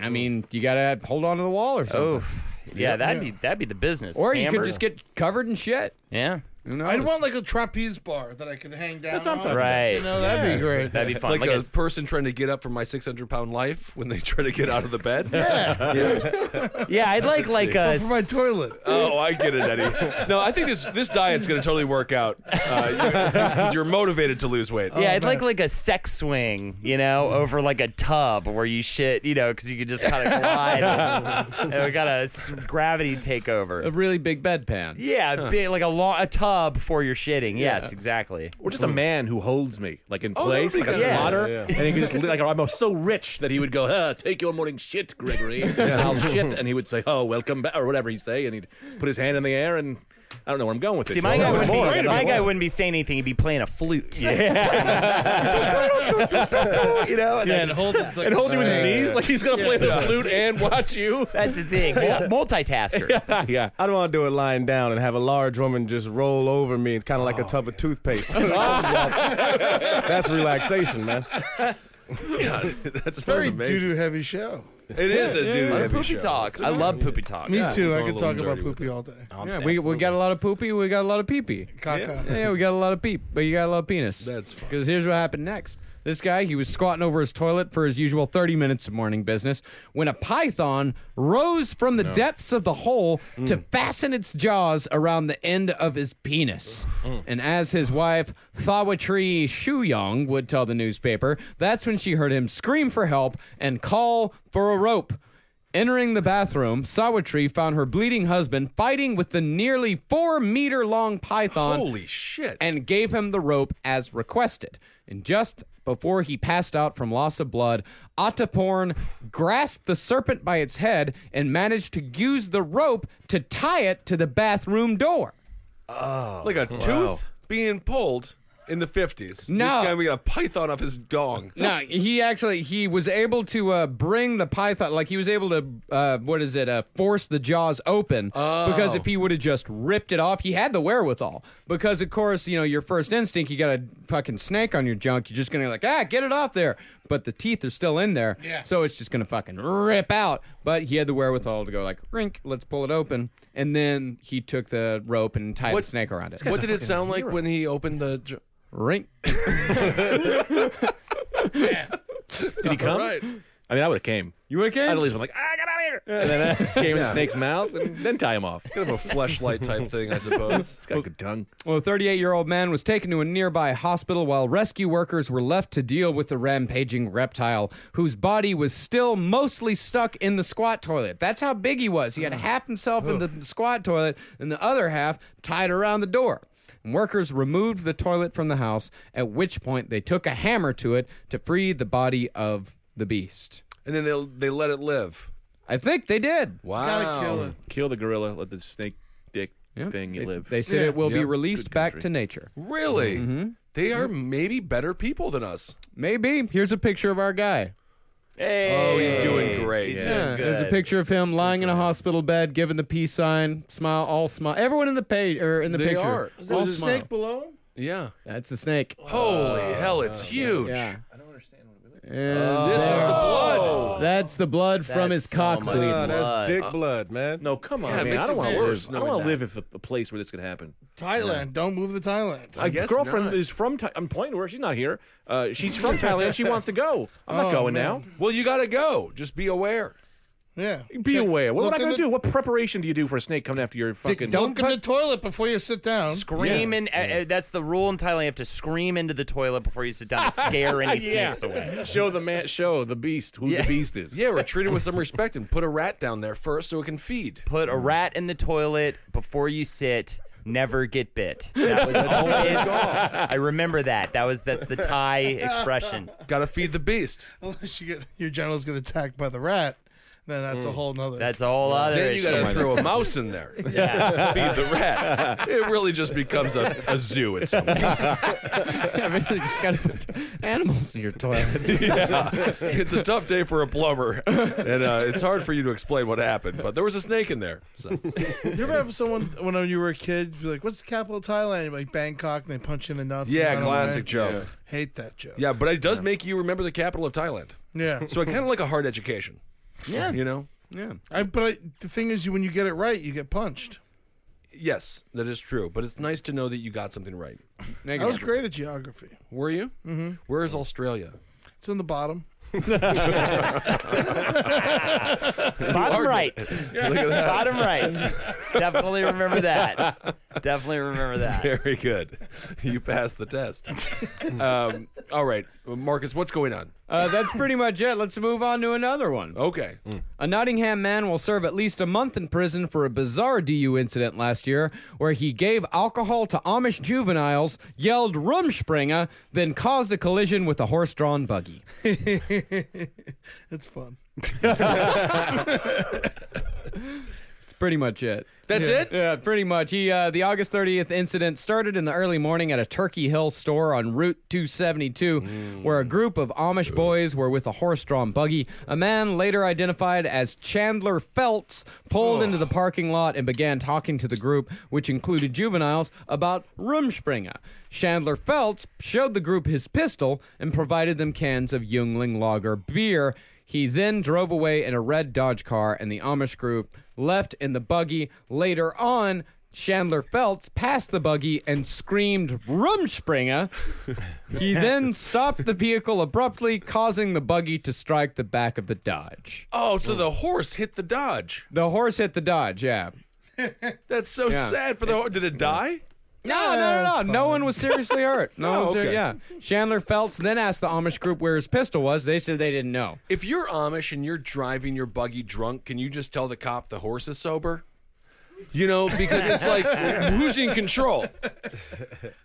A: I mean, you gotta hold on to the wall or something.
J: Oh, yeah, that'd be that'd be the business.
A: Or you could
J: Hammered.
A: just get covered in shit.
J: yeah,
A: Who knows?
I: I'd want like a trapeze bar that I could hang down.
L: That's what I'm
I: on.
L: talking
J: right.
I: You know, that'd be great.
J: that'd be fun.
H: Like,
J: Like,
H: a,
J: a,
H: person trying to get up from my 600 pound life when they try to get out of the bed.
J: yeah, I'd like like a
I: For my toilet.
H: Oh, I get it, Eddie. No, I think this this diet's going to totally work out. Uh, you, you're motivated to lose weight.
J: Yeah, I'd like like a sex swing, you know, over like a tub where you shit, you know, because you could just kind of glide. and we got a s- gravity
A: a
J: takeover.
A: really big bedpan.
J: Yeah, big, like a long a tub for your shitting. Yes, exactly.
L: Or just a man who holds me like in
H: Hmm. Oh, that would
L: place,
H: be
L: like a
H: good.
J: Yeah.
L: slaughter, and he could just li- like I'm so rich that he would go, huh, "Take your morning shit, Gregory." And I'll shit, and he would say, "Oh, welcome back," or whatever he'd say, and he'd put his hand in the air, and I don't know where I'm going with this.
J: See, my guy
L: Oh,
J: wouldn't
L: boy,
J: be
L: I'm
J: my
L: gonna
J: guy
L: be-
J: wouldn't be saying anything. He'd be playing a flute. Yeah, you know, and
I: Yeah,
J: that's-
I: and hold it. Like
L: and holding with his
I: snake.
L: knees, like he's gonna play the flute and watch you.
J: that's the thing. Mul- Multitasker.
L: yeah,
K: I don't want to do it lying down and have a large woman just roll over me. It's kind of like a tub of toothpaste. That's relaxation, man.
H: That's
I: Very doo
H: amazing.
I: doo heavy show.
H: It is a dude. heavy
J: Poopy
H: show.
J: talk. I love poopy talk.
I: Me too.
H: going a
I: I could
H: little
I: talk about
H: dirty with
I: poopy all day.
A: Yeah, we, we got a lot of poopy, we got a lot of pee pee.
I: Caca.
A: Oh, Yeah, we got a lot of peep, but you got a lot of penis.
H: That's fine.
A: Because here's what happened next. This guy, he was squatting over his toilet for his usual 30 minutes of morning business when a python rose from the depths of the hole
H: Mm.
A: to fasten its jaws around the end of his penis.
H: Mm.
A: And as his wife, Thawatri Shuyong, would tell the newspaper, that's when she heard him scream for help and call for a rope. Entering the bathroom, Sawatri found her bleeding husband fighting with the nearly four meter long python
H: Holy shit.
A: and gave him the rope as requested. And just before he passed out from loss of blood, Ataporn grasped the serpent by its head and managed to use the rope to tie it to the bathroom door.
H: like a tooth being pulled in the fifties.
A: No.
H: this guy we got a python off his dong.
A: No, he actually he was able to uh, bring the python. Like he was able to uh, what is it? Uh, force the jaws open
H: Oh.
A: because if he would have just ripped it off, he had the wherewithal. Because of course, you know your first instinct, you got a fucking snake on your junk. You're just gonna like ah, get it off there. But the teeth are still in there,
I: Yeah.
A: so it's just gonna fucking rip out. But he had the wherewithal to go like rink, let's pull it open, and then he took the rope and tied
H: What-
A: the snake around it.
H: What did it sound like when he opened the? j-
A: Rink.
C: Did he come?
H: right.
C: I mean, I would have came.
A: You would have came?
C: I'd at least been like, ah, get out of here. And
L: uh,
C: then I came in the snake's mouth and then tie him off.
H: Kind of a fleshlight type thing, I suppose.
C: It's got a good tongue.
A: Well, the 38 year old man was taken to a nearby hospital while rescue workers were left to deal with the rampaging reptile, whose body was still mostly stuck in the squat toilet. That's how big he was. He had half himself in the squat toilet and the other half tied around the door. And workers removed the toilet from the house, at which point they took a hammer to it to free the body of the beast.
H: And then they they let it live.
A: I think they did.
H: Wow.
I: Gotta kill it.
C: Kill the gorilla, let the snake dick
A: Yeah.
C: thing you
A: They-
C: live.
A: They said it will be
H: Yep.
A: released
C: Good
A: back
C: country.
A: to nature.
H: Really? They are maybe better people than us.
A: Maybe. Here's a picture of our guy.
J: Hey.
H: Oh, he's doing great.
J: He's
A: Yeah,
J: doing
A: there's a
J: good.
A: picture of him lying in a hospital bed, giving the peace sign, smile, all smile. Everyone in the page or in the
H: They
A: picture,
H: are.
I: Is
A: all
I: there a
A: smile.
I: snake below him?
H: Yeah.
A: That's the snake.
H: Holy hell, Oh, it's huge.
A: Yeah. I don't understand.
H: This is the blood.
A: That's the blood from his
J: That's
A: cock
J: so much
A: bleeding.
K: Ah,
J: Blood.
K: that's dick
H: Uh-uh.
K: blood, man.
C: No, come on,
H: it
C: man.
H: makes
C: I don't
H: it
C: want to
H: worse
C: live. I don't
H: knowing
C: want to
H: that.
C: live if a, a place where this could happen.
I: Thailand. Don't move to Thailand.
C: My
H: guess
C: girlfriend
H: not.
C: is from. Tha- I'm pointing to her. She's not here. Uh, she's from Thailand. She wants to go. I'm not
I: Oh,
C: going
I: man.
H: Well, you gotta go. Just be aware.
I: yeah.
C: now. Be aware. What am I
I: look in
C: going to
I: the-
C: do? What preparation do you do for a snake coming after your fucking?
A: don't-
I: Look in the toilet before you sit down.
J: Scream in, uh, uh, that's the rule in Thailand. You have to scream into the toilet before you sit down to scare any
C: Yeah.
J: snakes away.
C: show the man. Show the beast who the beast is.
H: Yeah, we're treated with some respect and put a rat down there first so it can feed.
J: Put a rat in the toilet before you sit. Never get bit. That was always. I remember that. That was that's the Thai expression.
H: Gotta feed the beast.
I: Unless you get your genitals get attacked by the rat, then that's a whole nother.
J: That's a whole other
H: Then you
J: issue.
H: gotta throw a mouse in there. Yeah. feed the rat. It really just becomes a, a zoo at some point.
A: Eventually, you just gotta put animals in your toilets.
H: It's a tough day for a plumber, and uh, it's hard for you to explain what happened. But there was a snake in there. So.
I: You ever have someone when you were a kid be like, "What's the capital of Thailand?" You're like Bangkok, and they punch you in the nuts. and
H: Yeah,
I: run away.
H: classic joke. Yeah.
I: Hate that joke.
H: but it does make you remember the capital of Thailand.
I: Yeah.
H: So I kind of like a hard education. Yeah, you know.
I: I, but I, the thing is, you when you get it right, you get punched.
H: Yes, that is true. But it's nice to know that you got something right.
I: I was great at geography.
H: Were you? Mm-hmm. Where is Australia?
I: It's in the bottom.
J: Bottom right. Bottom right. Definitely remember that. Definitely remember that.
H: Very good. You passed the test. um, all right, Marcus, what's going on?
A: Uh, that's pretty much it. Let's move on to another one.
H: Okay.
A: A Nottingham man will serve at least a month in prison for a bizarre DU incident last year where he gave alcohol to Amish juveniles, yelled Rumspringa, then caused a collision with a horse drawn buggy.
I: It's fun.
A: That's pretty much it.
H: That's
A: Yeah.
H: it?
A: Yeah, pretty much. He uh, the August 30th incident started in the early morning at a Turkey Hill store on Route 272,
H: Mm.
A: where a group of Amish boys were with a horse-drawn buggy. A man later identified as Chandler Feltz
H: Oh.
A: pulled into the parking lot and began talking to the group, which included juveniles, about Rumspringa. Chandler Feltz showed the group his pistol and provided them cans of Jungling Lager beer. He then drove away in a red Dodge car, and the Amish group left in the buggy. Later on, Chandler Feltz passed the buggy and screamed "Rumspringa." he then stopped the vehicle abruptly, causing the buggy to strike the back of the Dodge.
H: Oh, so the horse hit the Dodge.
A: The horse hit the Dodge. Yeah.
H: That's so
A: Yeah.
H: sad for the horse. Did it die?
A: No, no, no, no. No one was seriously hurt. No one was
H: okay.
A: ser- yeah. Chandler Feltz then asked the Amish group where his pistol was. They said they didn't know.
H: If you're Amish and you're driving your buggy drunk, can you just tell the cop the horse is sober? You know, because it's like who's in control?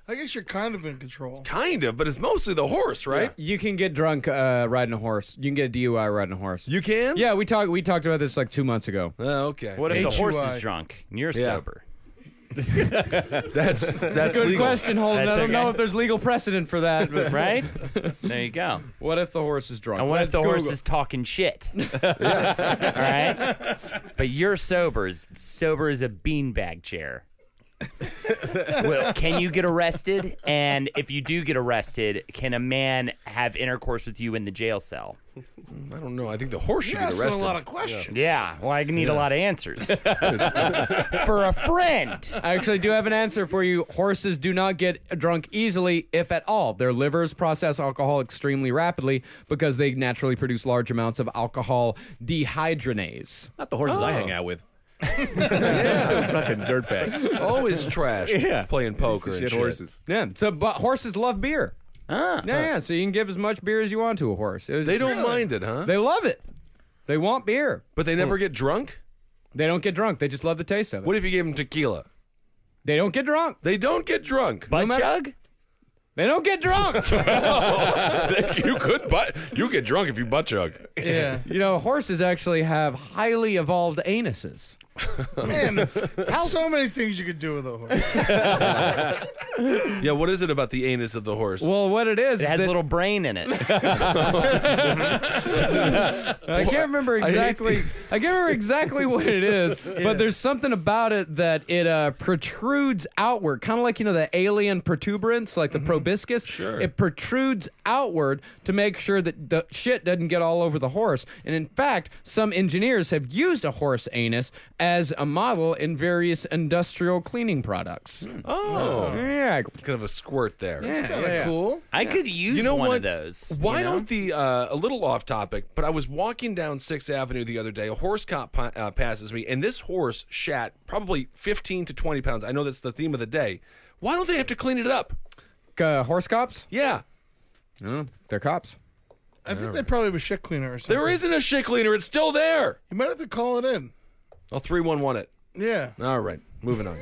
I: I guess you're kind of in control.
H: Kind of, but it's mostly the horse, right?
A: You can get drunk uh, riding a horse. You can get a DUI riding a horse.
H: You can.
A: Yeah, we talked we talked about this like two months ago.
H: Oh, okay.
J: What if the horse
I: HUI.
J: is drunk and you're sober?
C: that's
A: That's a good question, Holden. I don't know if there's legal precedent for that. but-
J: right? There you go.
A: What if the horse is drunk?
J: And what
A: Let's
J: if the horse
A: Google.
J: is talking shit? All right? But you're sober, as sober as a beanbag chair. well, can you get arrested? And if you do get arrested, can a man have intercourse with you in the jail cell?
H: I don't know. I think the horse should
J: You're
H: get
J: asking a
H: arrested.
J: lot of questions. Yeah. Well, I need a lot of answers.
A: for
J: a friend.
A: I actually do have an answer for you. Horses do not get drunk easily, if at all. Their livers process alcohol extremely rapidly because they naturally produce large amounts of alcohol dehydrogenase.
L: Not the horses I hang out with.
H: Fucking dirtbag. Always trash.
A: Yeah.
H: Playing poker and shit.
A: Yeah. So, but horses love beer.
J: Ah.
A: Yeah, yeah. So you can give as much beer as you want to a horse.
H: They don't mind it, huh?
A: They love it. They want beer,
H: but they never get drunk.
A: They don't get drunk. They just love the taste of it.
H: What if you gave them tequila?
A: They don't get drunk.
H: They don't get drunk.
J: Butt chug?
A: They don't get drunk.
H: you could butt. You get drunk if you butt chug.
A: Yeah. You know, horses actually have highly evolved anuses.
I: Man, so many things you could do with a horse.
H: Yeah. What is it about the anus of the horse?
A: Well, what it is,
J: It has
A: that-
J: a little brain in it.
A: I can't remember
J: I hate-
A: exactly. I can't remember exactly what it is, but there's something about it that it uh, protrudes outward, kind of like you know the alien protuberance, like the proboscis. Sure. It protrudes outward to make sure that the shit doesn't get all over the horse. And in fact, some engineers have used a horse anus as a model in various industrial cleaning products.
H: Oh.
A: yeah,
H: kind of a squirt there.
A: That's Yeah, kinda yeah, yeah. cool.
J: I could use
H: you know
J: one of
H: what?
J: those, you
H: Why
J: know?
H: don't the uh, a little off topic? But I was walking down Sixth Avenue the other day. A horse cop pa- uh, passes me, and this horse shat probably fifteen to twenty pounds. I know that's the theme of the day. Why don't they have to clean it up?
A: Uh, horse cops?
H: Yeah,
A: No, they're cops.
I: I think they probably have a shit cleaner or something.
H: there isn't a shit cleaner. It's still there.
I: You might have to call it in.
H: I'll three one one it.
I: Yeah.
H: All right, moving on.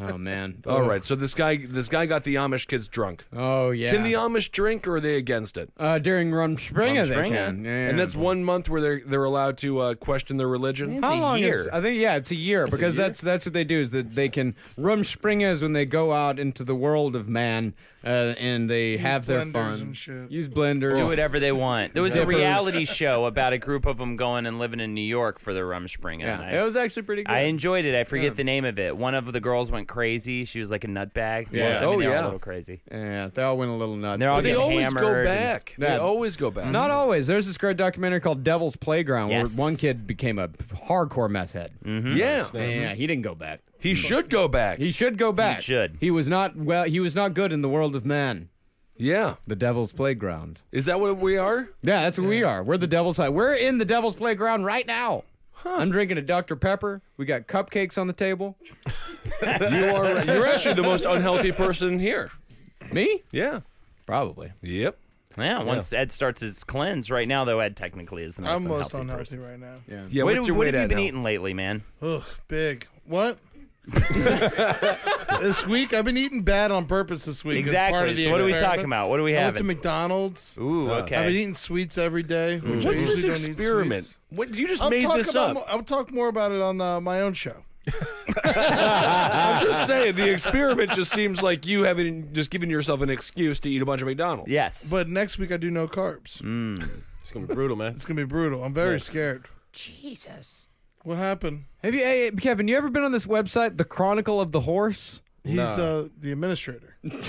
A: Oh man.
H: All right, so this guy this guy got the Amish kids drunk.
A: Oh yeah.
H: Can the Amish drink, or are they against it?
A: Uh, during Rumspringa, they can. Yeah.
H: And that's one month where they're they're allowed to uh, question their religion.
A: How long is? I think yeah, it's a year
H: a
A: because
H: year?
A: that's that's what they do is that they can rumspringa is when they go out into the world of man uh, and they have their
I: blenders
A: fun.
I: and shit.
A: Use blenders.
J: Do whatever they want. There was a
A: Zippers.
J: reality show about a group of them going and living in New York for the Rumspringa.
A: Yeah,
J: and I-
A: it was actually pretty good.
J: I enjoyed it. I forget the name of it. One of the girls went crazy. She was like a nutbag.
A: Yeah.
J: I mean,
A: Oh,
J: they're all
A: yeah.
J: a little crazy.
A: Yeah, they all went a little nuts.
J: They're all
A: But
J: getting hammered and-
A: Yeah.
H: go back.
A: Not always. There's this great documentary called Devil's Playground
J: Yes.
A: where one kid became a hardcore meth head. Mm-hmm.
H: Yeah.
A: yeah, he didn't go back.
H: He should go back.
A: He should go back. He
J: should.
A: He was not well. He was not good in the world of man.
H: Yeah.
A: The Devil's Playground.
H: Is that what we are?
A: Yeah, that's what we are. We're the Devil's Play. We're in the Devil's Playground right now. I'm drinking a Dr. Pepper. We got cupcakes on the table.
H: You are. You're actually the most unhealthy person here.
A: Me?
H: Yeah.
A: Probably.
H: Yep.
J: Yeah, once Ed starts his cleanse, right now though, Ed technically is the most
I: I'm most
J: unhealthy
I: unhealthy
J: person.
I: right now.
A: Yeah.
H: Yeah,
J: what
H: what's
J: do-
H: your
J: what
H: weight
J: have you
H: at
J: been
H: now?
J: eating lately, man?
I: Ugh, big. What? this week I've been eating bad on purpose this week. as
J: Exactly.
I: part of the
J: So what are we
I: experiment.
J: talking about? What are we
I: I went to
J: having?
I: McDonald's.
J: Ooh, okay. Hmm.
I: I've been eating sweets every day, which I
H: What's
I: usually
H: this
I: don't eat
H: experiment? What you just
I: I'll
H: made
I: talk
H: this
I: about
H: up?
I: mo- I'll talk more about it on uh, my own show.
H: I'm just saying the experiment just seems like you having just giving yourself an excuse to eat a bunch of McDonald's.
J: Yes.
I: But next week I do no carbs.
J: Hmm.
K: It's gonna be brutal, man.
I: It's gonna be brutal. I'm very scared.
A: Jesus.
I: What happened?
A: Have you, hey, Kevin? You ever been on this website, The Chronicle of the Horse?
I: He's uh, the administrator.
A: well,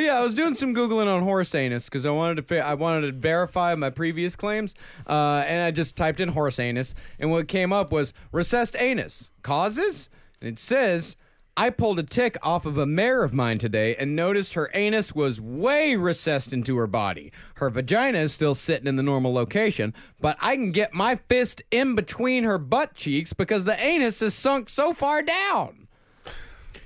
A: yeah, I was doing some googling on horse anus because I wanted to fi- I wanted to verify my previous claims, uh, and I just typed in horse anus, and what came up was recessed anus causes, and it says. I pulled a tick off of a mare of mine today and noticed her anus was way recessed into her body. Her vagina is still sitting in the normal location, but I can get my fist in between her butt cheeks because the anus is sunk so far down.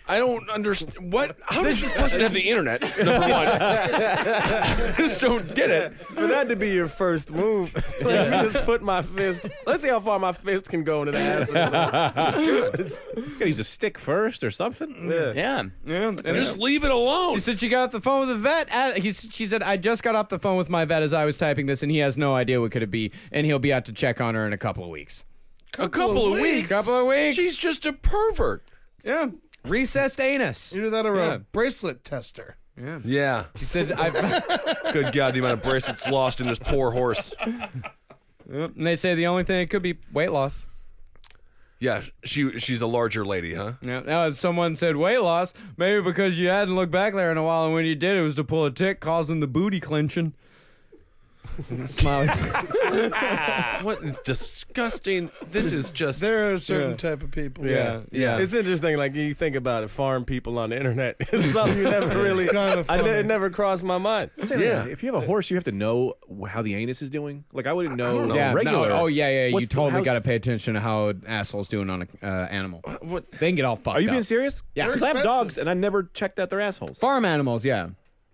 H: I don't understand what. How
L: This
H: this
L: is
H: is
L: supposed
H: supposed
L: to-
H: to have the internet. Number one, I just don't get it.
K: For that to be your first move, let me just put my fist. Let's see how far my fist can go into the ass. of the-
L: Gotta use a stick first or something.
K: Yeah.
J: Yeah.
A: Yeah, and
H: just leave it alone.
A: She said she got off the phone with the vet. At, he, s- she said, I just got off the phone with my vet as I was typing this, and he has no idea what could it be, and he'll be out to check on her in a couple of weeks.
H: a couple of weeks.
A: Couple of weeks.
H: She's just a pervert.
A: yeah. Recessed anus.
I: Either that or
A: Yeah.
I: a bracelet tester.
A: Yeah.
H: Yeah.
A: She said, I.
H: Good God, the amount of bracelets lost in this poor horse.
A: And they say the only thing it could be weight loss.
H: Yeah, she she's a larger lady, huh?
A: Yeah. Now, if someone said weight loss, maybe because you hadn't looked back there in a while, and when you did, it was to pull a tick, causing the booty clenching. Smiley.
H: What disgusting! This is just
I: There are certain
K: Yeah.
I: type of people.
K: Yeah.
H: Yeah.
K: It's interesting. Like you think about it, farm people on the internet. It's something you never really.
I: kinda
K: I ne-
I: funny.
K: it never crossed my mind.
C: Yeah.
L: If you have a horse, you have to know wh- how the anus is doing. Like I wouldn't know. on
A: yeah,
L: regular.
A: No, oh yeah, yeah. You
L: What's the-
A: totally
L: how's-
A: got to pay attention to how an asshole's doing on an uh, animal. What? They can get all fucked.
L: Are you
A: up.
L: being serious?
A: Yeah.
L: Because I have
I: They're expensive.
L: dogs, and I never checked out their assholes. What
A: Farm animals, yeah.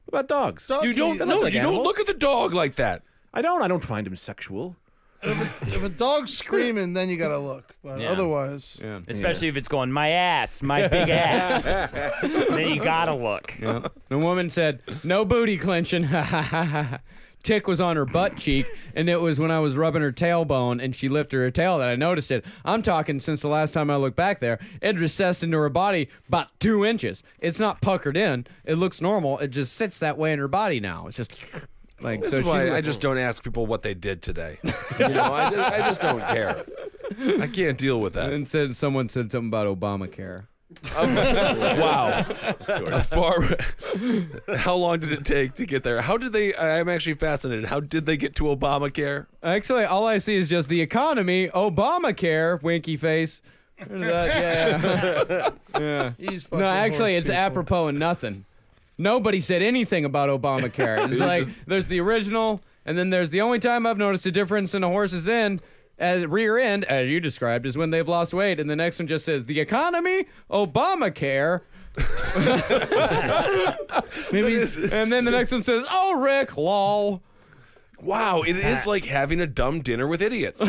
L: about dogs?
I: Dog
H: You don't
I: can-
H: no,
L: like
H: you don't
L: animals.
H: look at the dog like that.
L: I don't. I don't find them sexual.
I: If a dog's screaming, then you gotta look. But
J: Yeah.
I: otherwise,
J: Especially if it's going, my ass, my big ass. then you gotta look.
A: The woman said, "No booty clenching." Tick was on her butt cheek, and it was when I was rubbing her tailbone and she lifted her tail that I noticed it. I'm talking since the last time I looked back there, it recessed into her body about two inches. It's not puckered in; it looks normal. It just sits that way in her body now. It's just like
H: This
A: so.
H: is
A: She's
H: why I
A: like-
H: just don't ask people what they did today. You know, I, ju- I just don't care. I can't deal with that.
A: and said someone said something about Obamacare.
H: Wow. Far, how long did it take to get there? How did they? I'm actually fascinated. How did they get to Obamacare?
A: Actually, all I see is just the economy, Obamacare, winky face. There's that, yeah.
I: he's fucking
A: No, actually,
I: horse
A: it's
I: people.
A: apropos and nothing. Nobody said anything about Obamacare. It's like there's the original, and then there's the only time I've noticed a difference in a horse's end, as rear end, as you described, is when they've lost weight, and the next one just says the economy, Obamacare,
I: Maybe he's,
A: and then the next one says, "Oh, Rick, lol."
H: Wow, it is like having a dumb dinner with idiots.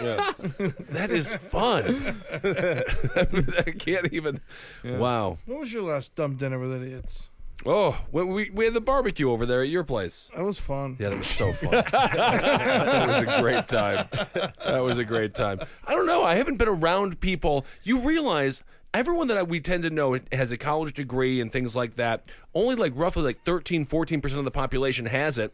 H: that is fun. I can't even. Wow.
I: what was your last dumb dinner with idiots?
H: Oh, we, we, we had the barbecue over there at your place.
I: That was fun.
H: Yeah, that was so fun. that was a great time. That was a great time. I don't know. I haven't been around people. You realize everyone that I, we tend to know has a college degree and things like that. Only like roughly like 13, 14% of the population has it.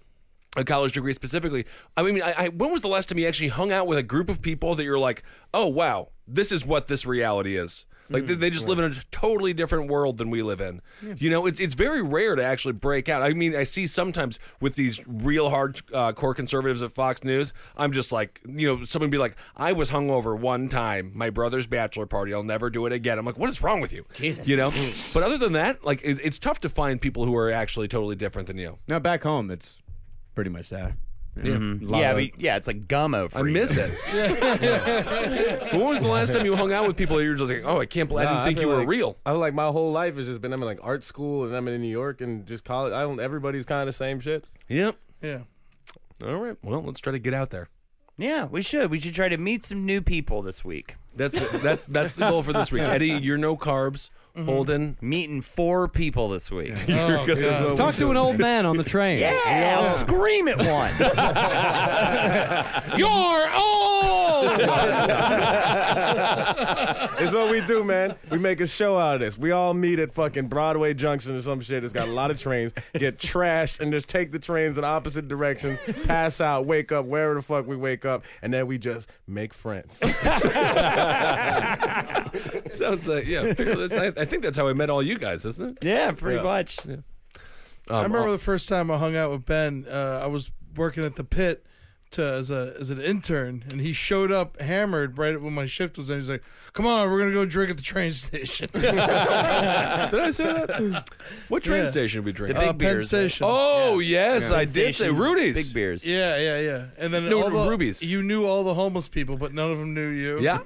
H: A college degree specifically. I mean, I, I, when was the last time you actually hung out with a group of people that you're like, oh, wow, this is what this reality is? Like they, they just live in a totally different world than we live in. You know, it's it's very rare to actually break out. I mean, I see sometimes with these real hard uh, core conservatives at Fox News, I'm just like, you know, someone be like, "I was hungover one time, my brother's bachelor party. I'll never do it again." I'm like, "What is wrong with you?" Jesus, you know. but other than that, like, it, it's tough to find people who are actually totally different than you.
A: Now back home, it's pretty much that. Lot
J: Mm-hmm. Yeah,
A: of-
J: but, yeah, it's like gummo for
H: I
J: you.
H: miss it. But when was the last time you hung out with people that you were just like, "Oh, I can't believe I
K: Nah,
H: didn't think
K: feel
H: you were
K: like-
H: real."
K: I feel like my whole life has just been I'm in like art school and I'm in New York and just college. I don't. Everybody's kind of the same shit.
H: Yep.
I: Yeah.
H: All right. Well, let's try to get out there.
J: Yeah, we should. We should try to meet some new people this week.
H: That's that's that's the goal for this week. Eddie, you're no carbs.
K: Mm-hmm.
H: Holden,
J: Meeting four people this week. Yeah,
I: Oh, God.
A: Talk to an old man on the train.
J: I'll scream at one.
A: You're old.
K: It's what we do, man. We make a show out of this. We all meet at fucking Broadway Junction or some shit. It's got a lot of trains. Get trashed and just take the trains in opposite directions. Pass out, wake up wherever the fuck we wake up, and then we just make friends.
H: sounds like yeah. figure- that's- I I think that's how I met all you guys, isn't it?
J: yeah, pretty much.
I: I remember the first time I hung out with Ben. Uh, I was working at the pit. to as a as an intern, and he showed up hammered right when my shift was in. He's like, "Come on, we're gonna go drink at the train station." Did I
H: say that? What train station did we drink?
I: The big uh, Penn Station.
H: Oh yes,
I: Yeah.
H: I did say Rudy's.
I: Yeah, yeah, yeah. And then
H: No,
I: all the,
H: Ruby's.
I: You knew all the homeless people, but none of them knew you.
H: Yeah.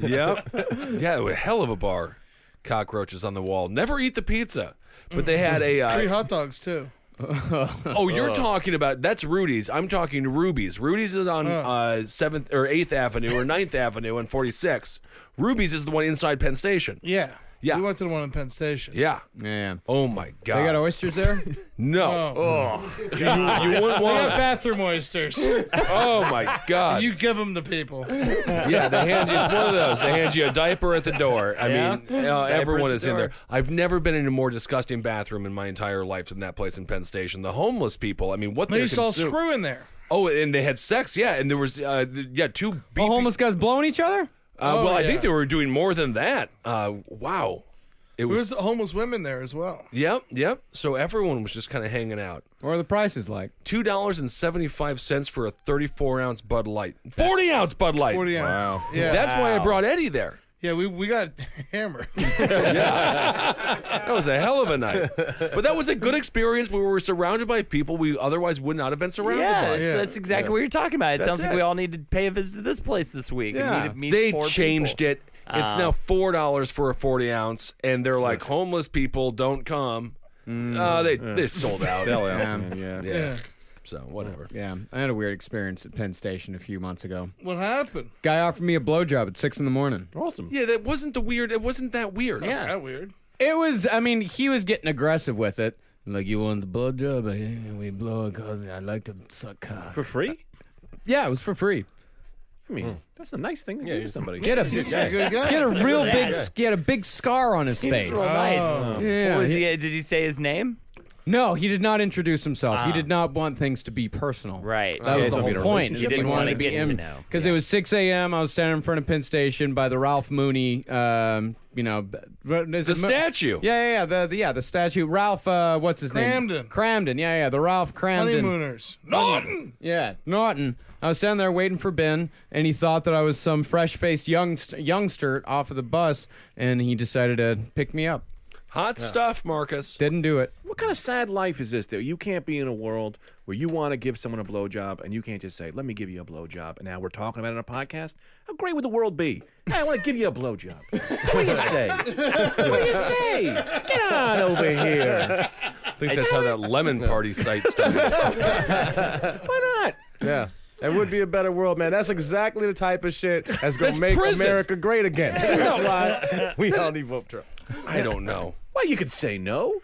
H: yep. Yeah, a hell of a bar. Cockroaches on the wall. Never eat the pizza. But they had a.
I: three
H: Uh,
I: hot dogs too.
H: oh, you're talking about that's Rudy's. I'm talking Ruby's. Rudy's is on uh Seventh or Eighth Avenue or 9th Avenue and 46. Ruby's is the one inside Penn Station.
I: Yeah.
H: Yeah.
I: We went to the one in Penn Station.
H: Yeah.
A: Yeah.
H: Oh my god.
A: They got oysters there?
H: no.
I: Oh.
H: You- you wouldn't
I: They
H: want-
I: got bathroom oysters.
H: Oh my god.
I: You give them to people.
H: yeah, they hand you it's one of those. They hand you a diaper at the door. I
I: Yeah?
H: mean,
I: Diaper
H: uh,
I: at
H: everyone
I: the
H: is in
I: door.
H: there. I've never been in a more disgusting bathroom in my entire life than that place in Penn Station. The homeless people. I mean, what
I: They
H: they
I: saw screw in there.
H: Oh, and they had sex. Yeah, and there was uh, th- yeah two beefy-
A: homeless guys blowing each other.
H: Uh,
I: Oh,
H: well, I
I: yeah.
H: think they were doing more than that. Uh, wow, it
I: There
H: was.
I: was homeless women there as well.
H: Yep, yep. So everyone was just kind of hanging out.
A: Or the prices like
H: two dollars and seventy five cents for a thirty four ounce Bud Light, forty ounce Bud Light,
I: 40 ounce. Wow. Yeah.
H: that's why I
I: Wow.
H: brought Eddie there.
I: Yeah, we, we got hammered.
H: That was a hell of a night. But that was a good experience. We were surrounded by people we otherwise would not have been surrounded
J: Yeah,
H: by.
J: it's- that's exactly what you're talking about. It
H: That's
J: sounds like we all need to pay a visit to this place this week. and meet- meet
H: they
J: four
H: changed
J: people.
H: it. It's
J: Ah.
H: now four dollars for a forty ounce, and they're like homeless people don't come. Uh, they
A: Yeah.
H: they sold out.
A: Fell out,
H: Yeah.
A: man, yeah.
H: yeah.
A: Yeah.
H: So whatever.
A: Yeah, I had a weird experience at Penn Station a few months ago.
I: What happened?
A: Guy offered me a blowjob at six in the morning.
H: Awesome. Yeah, that wasn't the weird. It wasn't that weird.
I: Not that weird.
A: It was. I mean, he was getting aggressive with it. Like you want the blowjob, eh? we blow it cause I like to suck cock
M: for free.
A: Yeah, it was for free.
M: I mean, that's a nice thing to do to somebody.
A: Get a, he had a real big, he had a big scar on his
M: He's
A: face.
M: real nice. Oh.
A: Yeah,
J: What was he- uh, did he say his name?
A: No, he did not introduce himself.
J: Ah.
A: He did not want things to be personal.
J: Right.
A: That
J: You
A: was
J: guys wanted
A: the whole
J: to be in a
A: point.
J: relationship. You didn't wanna get to know.
A: Because it was 6 a.m. I was standing in front of Penn Station by the Ralph Mooney, um, you know. b- what is
H: The
A: it Mo-
H: statue.
A: Yeah, yeah, yeah. The, the, yeah, the statue. Ralph, uh, what's his name?
I: Cramden.
A: Cramden. Yeah, yeah. The Ralph Cramden.
I: Honeymooners. Norton!
A: Yeah, Norton. I was standing there waiting for Ben, and he thought that I was some fresh-faced youngst- youngster off of the bus, and he decided to pick me up.
H: Hot stuff, Marcus.
A: Didn't do it.
M: What kind of sad life is this, though? You can't be in a world where you want to give someone a blowjob and you can't just say, let me give you a blowjob. And now we're talking about it on a podcast. How great would the world be? Hey, I want to give you a blowjob. What do you say? What do you say? Get on over here.
H: I think that's how that lemon party site started.
M: Why not?
K: Yeah. It would be a better world, man. That's exactly the type of shit that's gonna
M: That's
K: make
M: prison.
K: America great again. That's why we all need Wolf Trump.
H: I don't know.
M: Well, you could say no.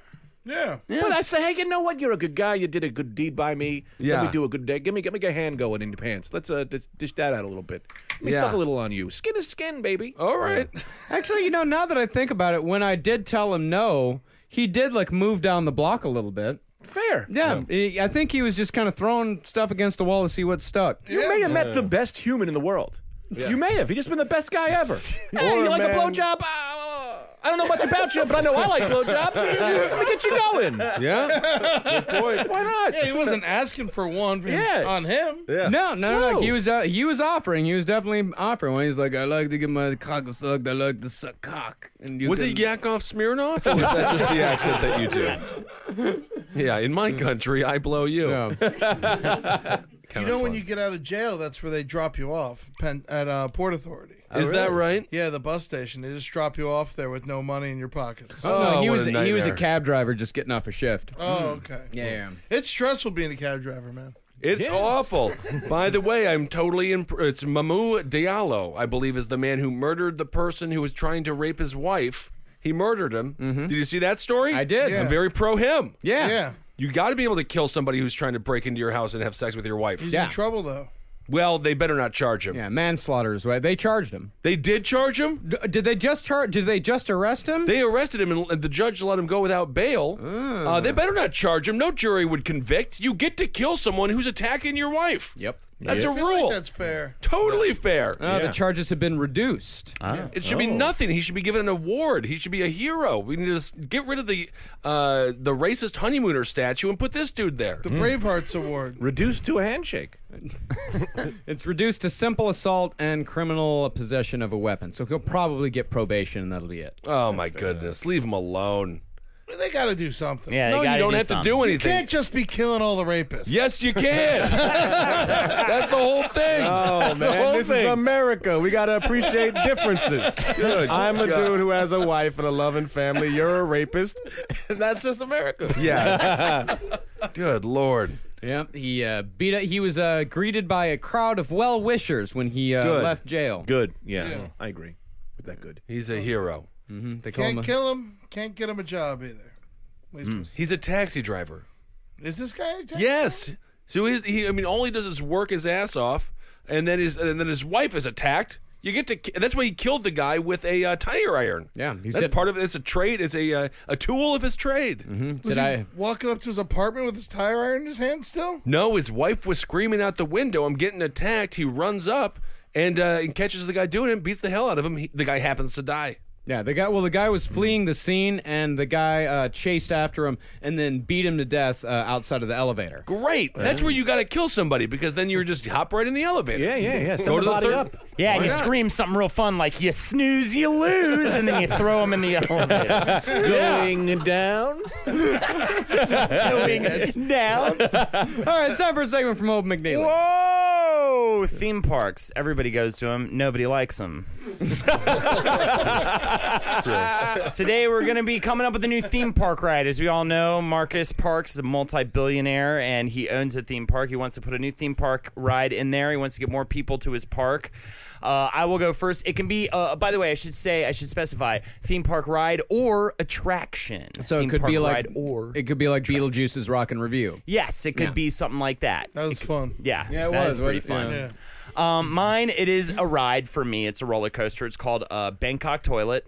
I: Yeah.
M: But I say, hey, you know what? You're a good guy. You did a good deed by me. Let
H: Yeah.
M: me do a good day. Give me, give me a hand going in your pants. Let's uh, dis- dish that out a little bit. Let me
A: Yeah.
M: suck a little on you. Skin is skin, baby.
H: All right.
A: Actually, you know, now that I think about it, when I did tell him no, he did like move down the block a little bit.
M: Fair.
A: Yeah, he- I think he was just kind of throwing stuff against the wall to see what stuck.
M: You may have met the best human in the world. You may have. You just been the best guy ever. hey,
D: Or
M: you like a
D: man.
M: blowjob? Uh, I don't know much about you, but I know I like blowjobs. Let me get you going.
I: Yeah.
M: Good point. Why not?
I: Yeah, he wasn't asking for one from,
M: Yeah.
I: on him.
A: No, no, no, no. He was uh, he was offering. He was definitely offering. When he's like, I like to get my cock sucked. I like to suck cock. And you
H: Was
A: can-
H: it Yakov Smirnoff, or was that just the accent that you do? Yeah, in my country, I blow you.
I: you know, when you get out of jail, that's where they drop you off Penn, at uh, Port Authority.
H: Oh, Is that really? right?
I: Yeah, the bus station. They just drop you off there with no money in your pockets.
A: no, he
H: Oh, what
A: was
H: a
A: he was a
H: nightmare.
A: cab driver just getting off a shift.
I: Oh, okay.
A: Yeah.
I: It's stressful being a cab driver, man.
H: It's awful. By the way, I'm totally in. It's Mamou Diallo, I believe, is the man who murdered the person who was trying to rape his wife. He murdered him. Did you see that story? I
A: Mm-hmm. did.
H: I'm very pro him.
A: Yeah.
I: Yeah.
H: You got to be able to kill somebody who's trying to break into your house and have sex with your wife.
I: He's in trouble, though.
H: Well, they better not charge him.
A: Yeah, manslaughter is right. They charged him.
H: They did charge him.
A: did they just charge? Did they just arrest him?
H: They arrested him, and- and the judge let him go without bail. Uh, they better not charge him. No jury would convict. You get to kill someone who's attacking your wife.
A: Yep.
H: That's
I: I
H: a
I: feel
H: rule.
I: Like that's Oh. fair.
H: Totally fair.
A: Uh, The charges have been reduced.
H: It should
I: Oh.
H: be nothing. He should be given an award. He should be a hero. We need to s- get rid of the uh, the racist honeymooner statue and put this dude there.
I: The Bravehearts Award.
A: Reduced to a handshake. it's reduced to simple assault and criminal possession of a weapon. So he'll probably get probation, and that'll be it.
H: Oh my goodness! Leave him alone.
I: They got to do something.
A: Yeah, they No, you gotta don't do have to do something. anything.
I: You can't just be killing all the rapists.
H: Yes, you can. That's the whole thing.
K: Oh
I: That's the
K: man,
I: whole
K: this
I: thing.
K: is America. We gotta appreciate differences.
I: Good
K: I'm a
I: God.
K: dude who has a wife and a loving family. You're a rapist, and that's just America.
H: Yeah. Good lord.
A: Yep, he uh, beat. He was uh, greeted by a crowd of well wishers when he uh,
H: Good.
A: left jail.
M: Good. Yeah,
I: Yeah.
M: I agree with that. Good.
H: He's a hero.
A: Mm-hmm. They
I: Can't kill him. Can't get him a job either. At least we'll see.
H: He's a taxi driver.
I: Is this guy? a tax-
H: Yes. So he's, he, I mean, all he does is work his ass off, and then his and then his wife is attacked. You get to. ki- That's why he killed the guy with a uh, tire iron.
A: Yeah,
H: that's part of. It's a trade. It's a uh, a tool of his trade. Mm-hmm.
I: Was he walking up to his apartment with his tire iron in his hand still?
H: No, his wife was screaming out the window, I'm getting attacked. He runs up and, uh, and catches the guy doing it, beats the hell out of him. He, the guy happens to die.
A: Yeah, the guy. Well, the guy
I: Hmm.
A: was fleeing the scene, and the guy uh, chased after him and then beat him to death uh, outside of the elevator.
H: Great. That's where you got to kill somebody because then you're just hop right in the elevator.
A: Yeah, yeah, yeah. Send
H: Go
A: the
H: to the
A: body
H: third.
A: up.
J: Yeah,
H: Why
J: and you
H: not?
J: scream something real fun like "you snooze, you lose," and then you throw them in the elevator.
M: Going down.
J: Going down.
A: All right, it's time for a segment from Old McNeely.
J: Whoa! Oh, Theme parks. Everybody goes to them. Nobody likes them. Today we're going to be coming up with a new theme park ride. As we all know, Marcus Parks is a multi-billionaire and he owns a theme park. He wants to put a new theme park ride in there. He wants to get more people to his park. Uh, I will go first. It can be, uh, by the way, I should say, I should specify theme park ride or attraction.
A: So
J: Theme
A: it could
J: park
A: be like
J: ride
A: or it could be like Beetlejuice's Rock and Review.
J: Yes, it could
A: Yeah.
J: be something like that.
I: That was fun.
J: Yeah,
A: Yeah, it
J: that
A: was,
J: is pretty
A: wasn't
J: fun.
A: it?
J: Um, mine, it is a ride for me. It's a roller coaster. It's called uh, Bangkok Toilet.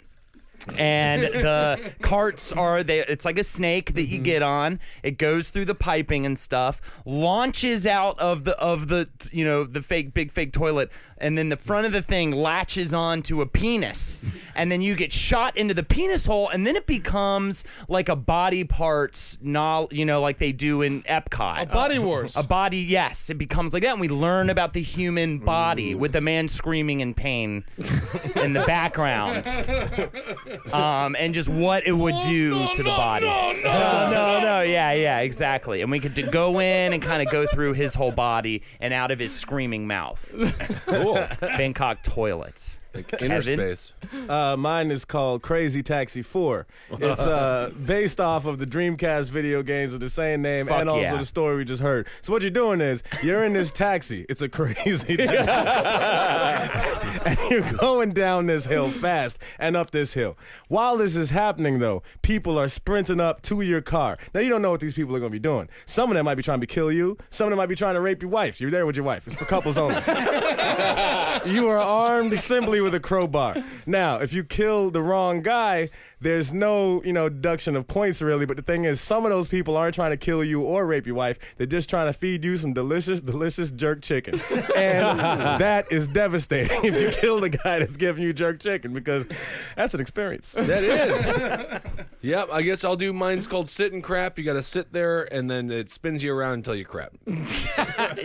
J: and the carts are they it's like a snake that
A: Mm-hmm.
J: you get on it goes through the piping and stuff launches out of the of the you know the fake big fake toilet and then the front of the thing latches on to a penis and then you get shot into the penis hole and then it becomes like a body parts no, you know like they do in Epcot a
I: body wars
J: a body yes it becomes like that and we learn about the human body with a man screaming in pain in the background um, and just what it would do to the body. Oh, No, no, no, no, yeah, yeah, exactly. And we could d- go in and kind of go through his whole body and out of his screaming mouth. Cool. Bangkok toilets.
K: inner
H: space.
K: Uh, mine is called Crazy Taxi 4. It's uh, based off of the Dreamcast video games of the same name
J: Fuck
K: and also
J: yeah.
K: the story we just heard. So, what you're doing is you're in this taxi. It's a crazy taxi. and you're going down this hill fast and up this hill. While this is happening, though, people are sprinting up to your car. Now, you don't know what these people are going to be doing. Some of them might be trying to kill you, some of them might be trying to rape your wife. You're there with your wife. It's for couples only. you are armed simply with a crowbar. Now, if you kill the wrong guy, there's no, you know, deduction of points really. But the thing is, some of those people aren't trying to kill you or rape your wife. They're just trying to feed you some delicious, delicious jerk chicken. And that is devastating if you kill the guy that's giving you jerk chicken because that's an experience.
H: That is. yep, I guess I'll do mine's called sit and crap. You got to sit there and then it spins you around until you crap.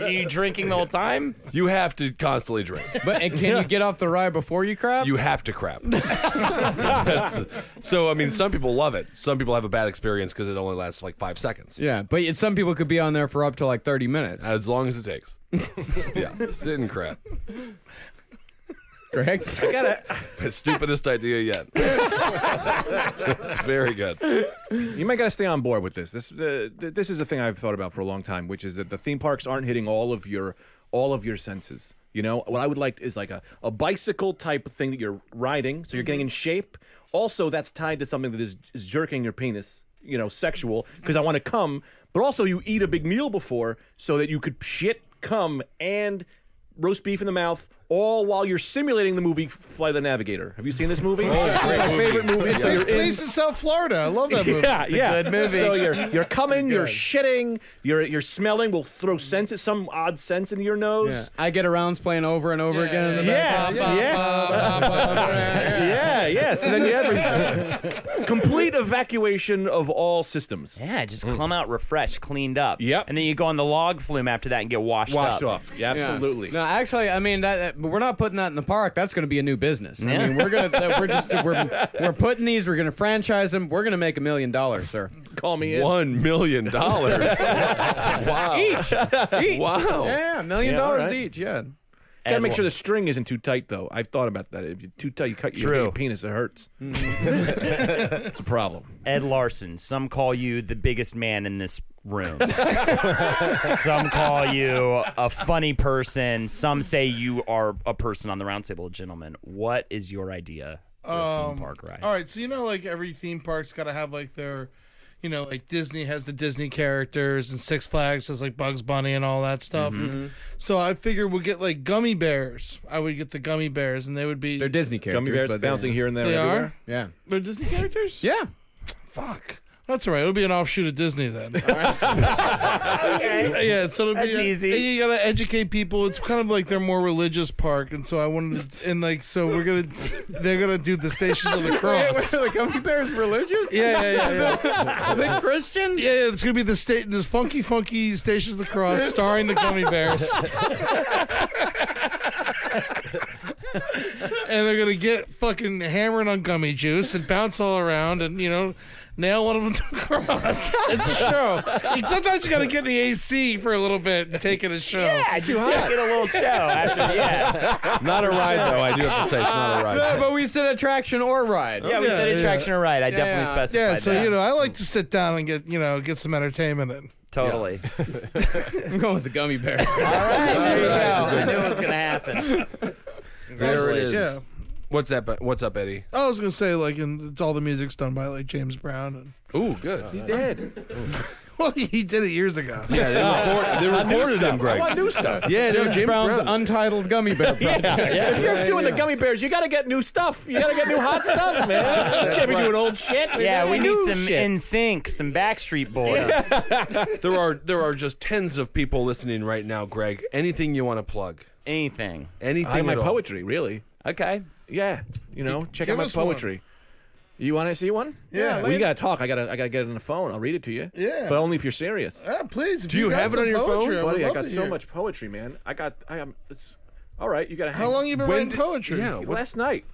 J: Are you drinking the whole time?
H: You have to constantly drink.
A: But and can you get off the ride before you crap?
H: You have to crap. That's- so, I mean, some people love it. Some people have a bad experience because it only lasts like five seconds.
A: yeah, but it- some people could be on there for up to like thirty minutes.
H: As long as it takes. yeah, sit and crap.
A: Greg,
H: I gotta. stupidest idea yet. it's very good.
M: You might got to stay on board with this. This uh, th- this is a thing I've thought about for a long time, which is that the theme parks aren't hitting all of your all of your senses. You know, what I would like is like a, a bicycle type of thing that you're riding, so you're getting in shape. Also, that's tied to something that is, is jerking your penis. You know, sexual because I want to come, but also you eat a big meal before so that you could shit, come, and roast beef in the mouth
C: all while you're simulating the movie Flight of the Navigator. Have you seen this movie? It's my favorite movie.
I: It
C: So
I: takes
C: you're in-
I: place in South Florida. I love that movie.
C: Yeah, yeah. So you're you're coming, you're shitting, you're you're smelling. We'll throw sense some odd sense into your nose.
A: Yeah. I get arounds playing over and over again. in the
C: Yeah,
A: back.
C: yeah, yeah, yeah, yeah. So then you have a complete evacuation of all systems.
J: Yeah, just come out refreshed, cleaned up.
C: Yep.
J: And then you go on the log flume after that and get washed,
C: Washed
J: up.
C: off. Yeah, absolutely.
A: No, actually, I mean that, that- but we're not putting that in the park. That's going to be a new business. I
J: Yeah.
A: mean, we're gonna that we're just we're, we're putting these. We're going to franchise them. We're going to make a million dollars, sir.
C: Call me in.
N: One million dollars. wow.
A: Each. each.
N: Wow.
A: Yeah, a million
C: Yeah, all
A: dollars
C: right.
A: each. Yeah.
C: Gotta
J: And
C: make
J: wha-
C: sure the string isn't too tight, though. I've thought about that. If you're too tight, you cut your,
J: True.
C: your penis. It hurts. it's a problem.
J: Ed Larson, some call you the biggest man in this room. some call you a funny person. Some say you are a person on the round table, gentlemen. What is your idea for a
I: Um,
J: theme park ride?
I: All right, so you know, like every theme park's got to have like their, you know, like Disney has the Disney characters, and Six Flags has like Bugs Bunny and all that stuff. So I figure we'll get like gummy bears. I would get the gummy bears, and they would be
A: They're Disney characters.
C: Gummy bears
A: but they-
C: bouncing here and there.
I: They
C: everywhere.
I: are.
A: Yeah.
I: They're Disney characters.
A: Yeah.
I: Fuck. That's all right. It'll be an offshoot of Disney then. yeah, so it'll
J: That's
I: be
J: easy.
I: and You gotta educate people. It's kind of like their more religious park, and so I wanted, to, and like so we're gonna, they're gonna do the Stations of the
A: Wait, wait,
I: Cross.
A: the gummy bears religious?
I: Yeah, yeah, yeah,
A: yeah. the Christian?
I: Yeah, yeah, it's gonna be the state, this funky, funky Stations of the Cross, starring the gummy bears. and they're gonna get fucking hammering on gummy juice and bounce all around, and you know, nail one of them to the cross. It's a show. Sometimes you gotta get in the AC for a little bit and take it a show.
J: I just did get a little show after yeah.
N: Not a ride, though. I do have to say, it's not a ride.
A: No, but we said attraction or ride.
J: Yeah, we
I: Yeah,
J: said
I: yeah.
J: attraction or ride. I definitely
A: yeah.
J: specified
I: Yeah, so
J: that.
I: you know, I like to sit down and get you know get some entertainment in.
J: Totally.
A: I'm going with the gummy bears.
J: There you go. I knew it was gonna happen.
H: There it is.
I: Yeah. Oh,
H: What's that? bu- What's up, Eddie?
I: I was gonna say like, and it's all the music's done by like James Brown, and
H: Ooh, good. He's dead.
I: well, he did it years ago.
N: Yeah, they, record, they recorded him, Greg.
C: New stuff.
N: Yeah, no,
A: James
N: James
A: Brown's
N: Brown.
A: untitled gummy bear project.
C: If you're doing the gummy bears, you gotta get new stuff. You gotta get new hot stuff, man. You can't be doing old shit.
J: Yeah,
C: gotta
J: we
C: do
J: need
C: new
J: some
C: shit.
J: in sync, some Backstreet Boys.
H: there are there are just tens of people listening right now, Greg. Anything you want to plug?
J: Anything.
H: Anything?
C: I like my
H: at all.
C: poetry, really. Uh,
J: Okay.
C: Yeah, you know, check
I: give
C: out my
I: us one.
C: poetry. You want to see one?
I: Yeah,
C: we gotta talk. I gotta, I gotta get it on the phone. I'll read it to you.
I: Yeah.
C: but only if you're serious.
I: Ah, please. Do
H: you have it on your phone?
C: Buddy, I got so much poetry, man. I got, I am. It's all right. You gotta.
I: How
C: hang-
I: long you been
H: When
I: writing
H: did-
I: poetry?
H: Yeah. what-
C: Last night.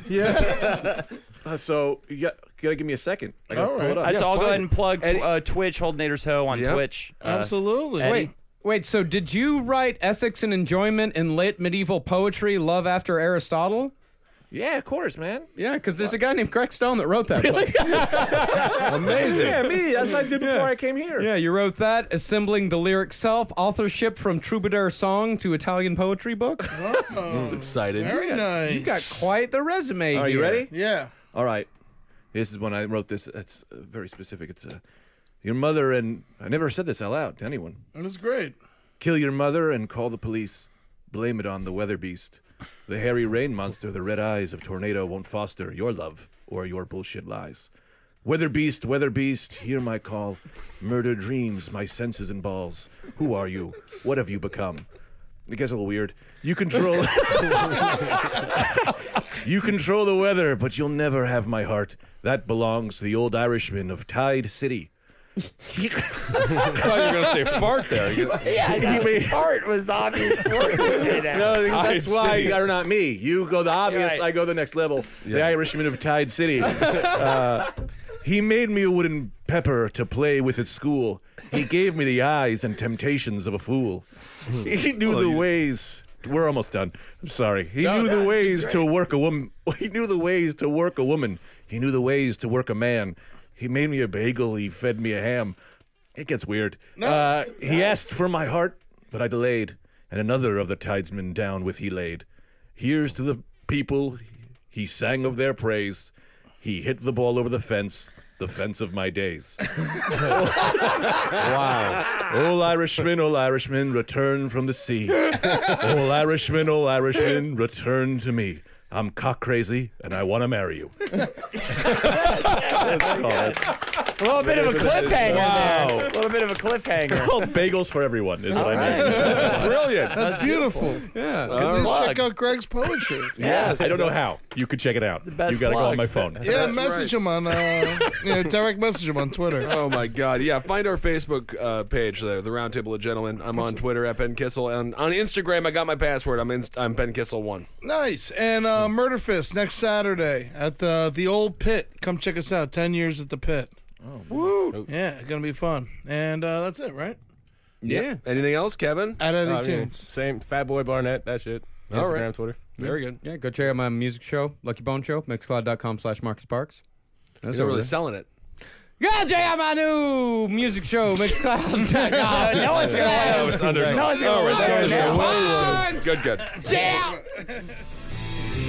I: yeah.
C: Uh, so you got, you gotta give me a second. I gotta
I: All
C: pull
I: right.
C: it up.
J: That's
C: Yeah,
J: all. Go
C: fine.
J: ahead and plug
C: Eddie-
J: tw- uh, Twitch, Hold Nader's Ho on
H: Yeah.
J: Twitch. Uh,
I: Absolutely.
J: Eddie?
A: Wait, wait. So, did you write ethics and enjoyment in late medieval poetry, love after Aristotle?
C: Yeah, of course, man.
A: Yeah, because there's a guy named Greg Stone that wrote that. book.
C: Amazing. yeah, me. That's what I did before I came here.
A: Yeah, you wrote that, assembling the lyric self, authorship from troubadour song to Italian poetry book.
H: It's excited.
I: Very nice.
A: You got quite the resume.
C: Are you
A: here.
C: ready?
I: Yeah.
C: All right. This is when I wrote this. It's uh, very specific. It's uh, your mother and I never said this out loud to anyone.
I: It was great.
C: Kill your mother and call the police. Blame it on the weather beast. The hairy rain monster, the red eyes of tornado won't foster your love or your bullshit lies. Weather beast, weather beast, hear my call. Murder dreams, my senses and balls. Who are you? What have you become? It gets a little weird. You control. you control the weather, but you'll never have my heart. That belongs to the old Irishman of Tide City.
H: thought you were gonna say fart there. You get-
J: yeah, I know. Art was the obvious word.
C: No, I think that's
H: I
C: why
H: see.
C: you're not me. You go the obvious,
J: Right.
C: I go the next level. The Irishman of Tide City. Uh, he made me a wooden pepper to play with at school. He gave me the eyes and temptations of a fool. He knew the ways. We're almost done. I'm sorry. He knew the ways to work a woman. He knew the ways to work a woman. He knew the ways to work a man. He made me a bagel. He fed me a ham. It gets weird. Uh, he asked for my heart, but I delayed, and another of the tidesmen down with he laid. Here's to the people. He sang of their praise. He hit the ball over the fence. the fence of my days. wow. Old Irishman, old Irishman, return from the sea. Old Irishman, old Irishman, return to me. I'm cock crazy and I want to marry you.
J: A little bit of a cliffhanger.
C: Wow.
J: there. A little bit of a cliffhanger.
C: Called bagels for everyone is what I mean.
O: Brilliant.
I: That's beautiful.
A: Yeah.
I: Can
C: Plug.
I: they check out Greg's poetry?
C: Yeah, I don't know how. You could check it out. You
J: best
C: got to go
J: plug.
C: on my phone.
I: Yeah, message him on uh, yeah, direct message him on Twitter.
H: Oh my God! Yeah, find our Facebook uh, page there, the Roundtable of Gentlemen. I'm on Twitter at Ben Kissel, and on Instagram I got my password. I'm in, I'm Ben Kissel one.
I: Nice. And uh, Murder Fist next Saturday at the the old pit. Come check us out. Ten years at the pit. Oh, Woo! Yeah, it's gonna be fun. And uh, that's it, right?
H: Yeah. Anything else, Kevin?
I: At Eddie
O: I mean,
I: Tunes.
O: same Fat Boy Barnett. That shit.
H: All
O: Instagram,
H: right.
O: Twitter.
H: Very good.
A: Yeah, go check out my music show, Lucky Bone Show, mixcloud.com slash Marcus Parks. That's
H: They're
A: over
H: really
A: there.
H: selling it.
A: Go check out my new music show,
J: Uh,
A: mixcloud.com.
J: no one's gonna listen. No one's gonna listen. now.
H: Good, good.
A: Yeah.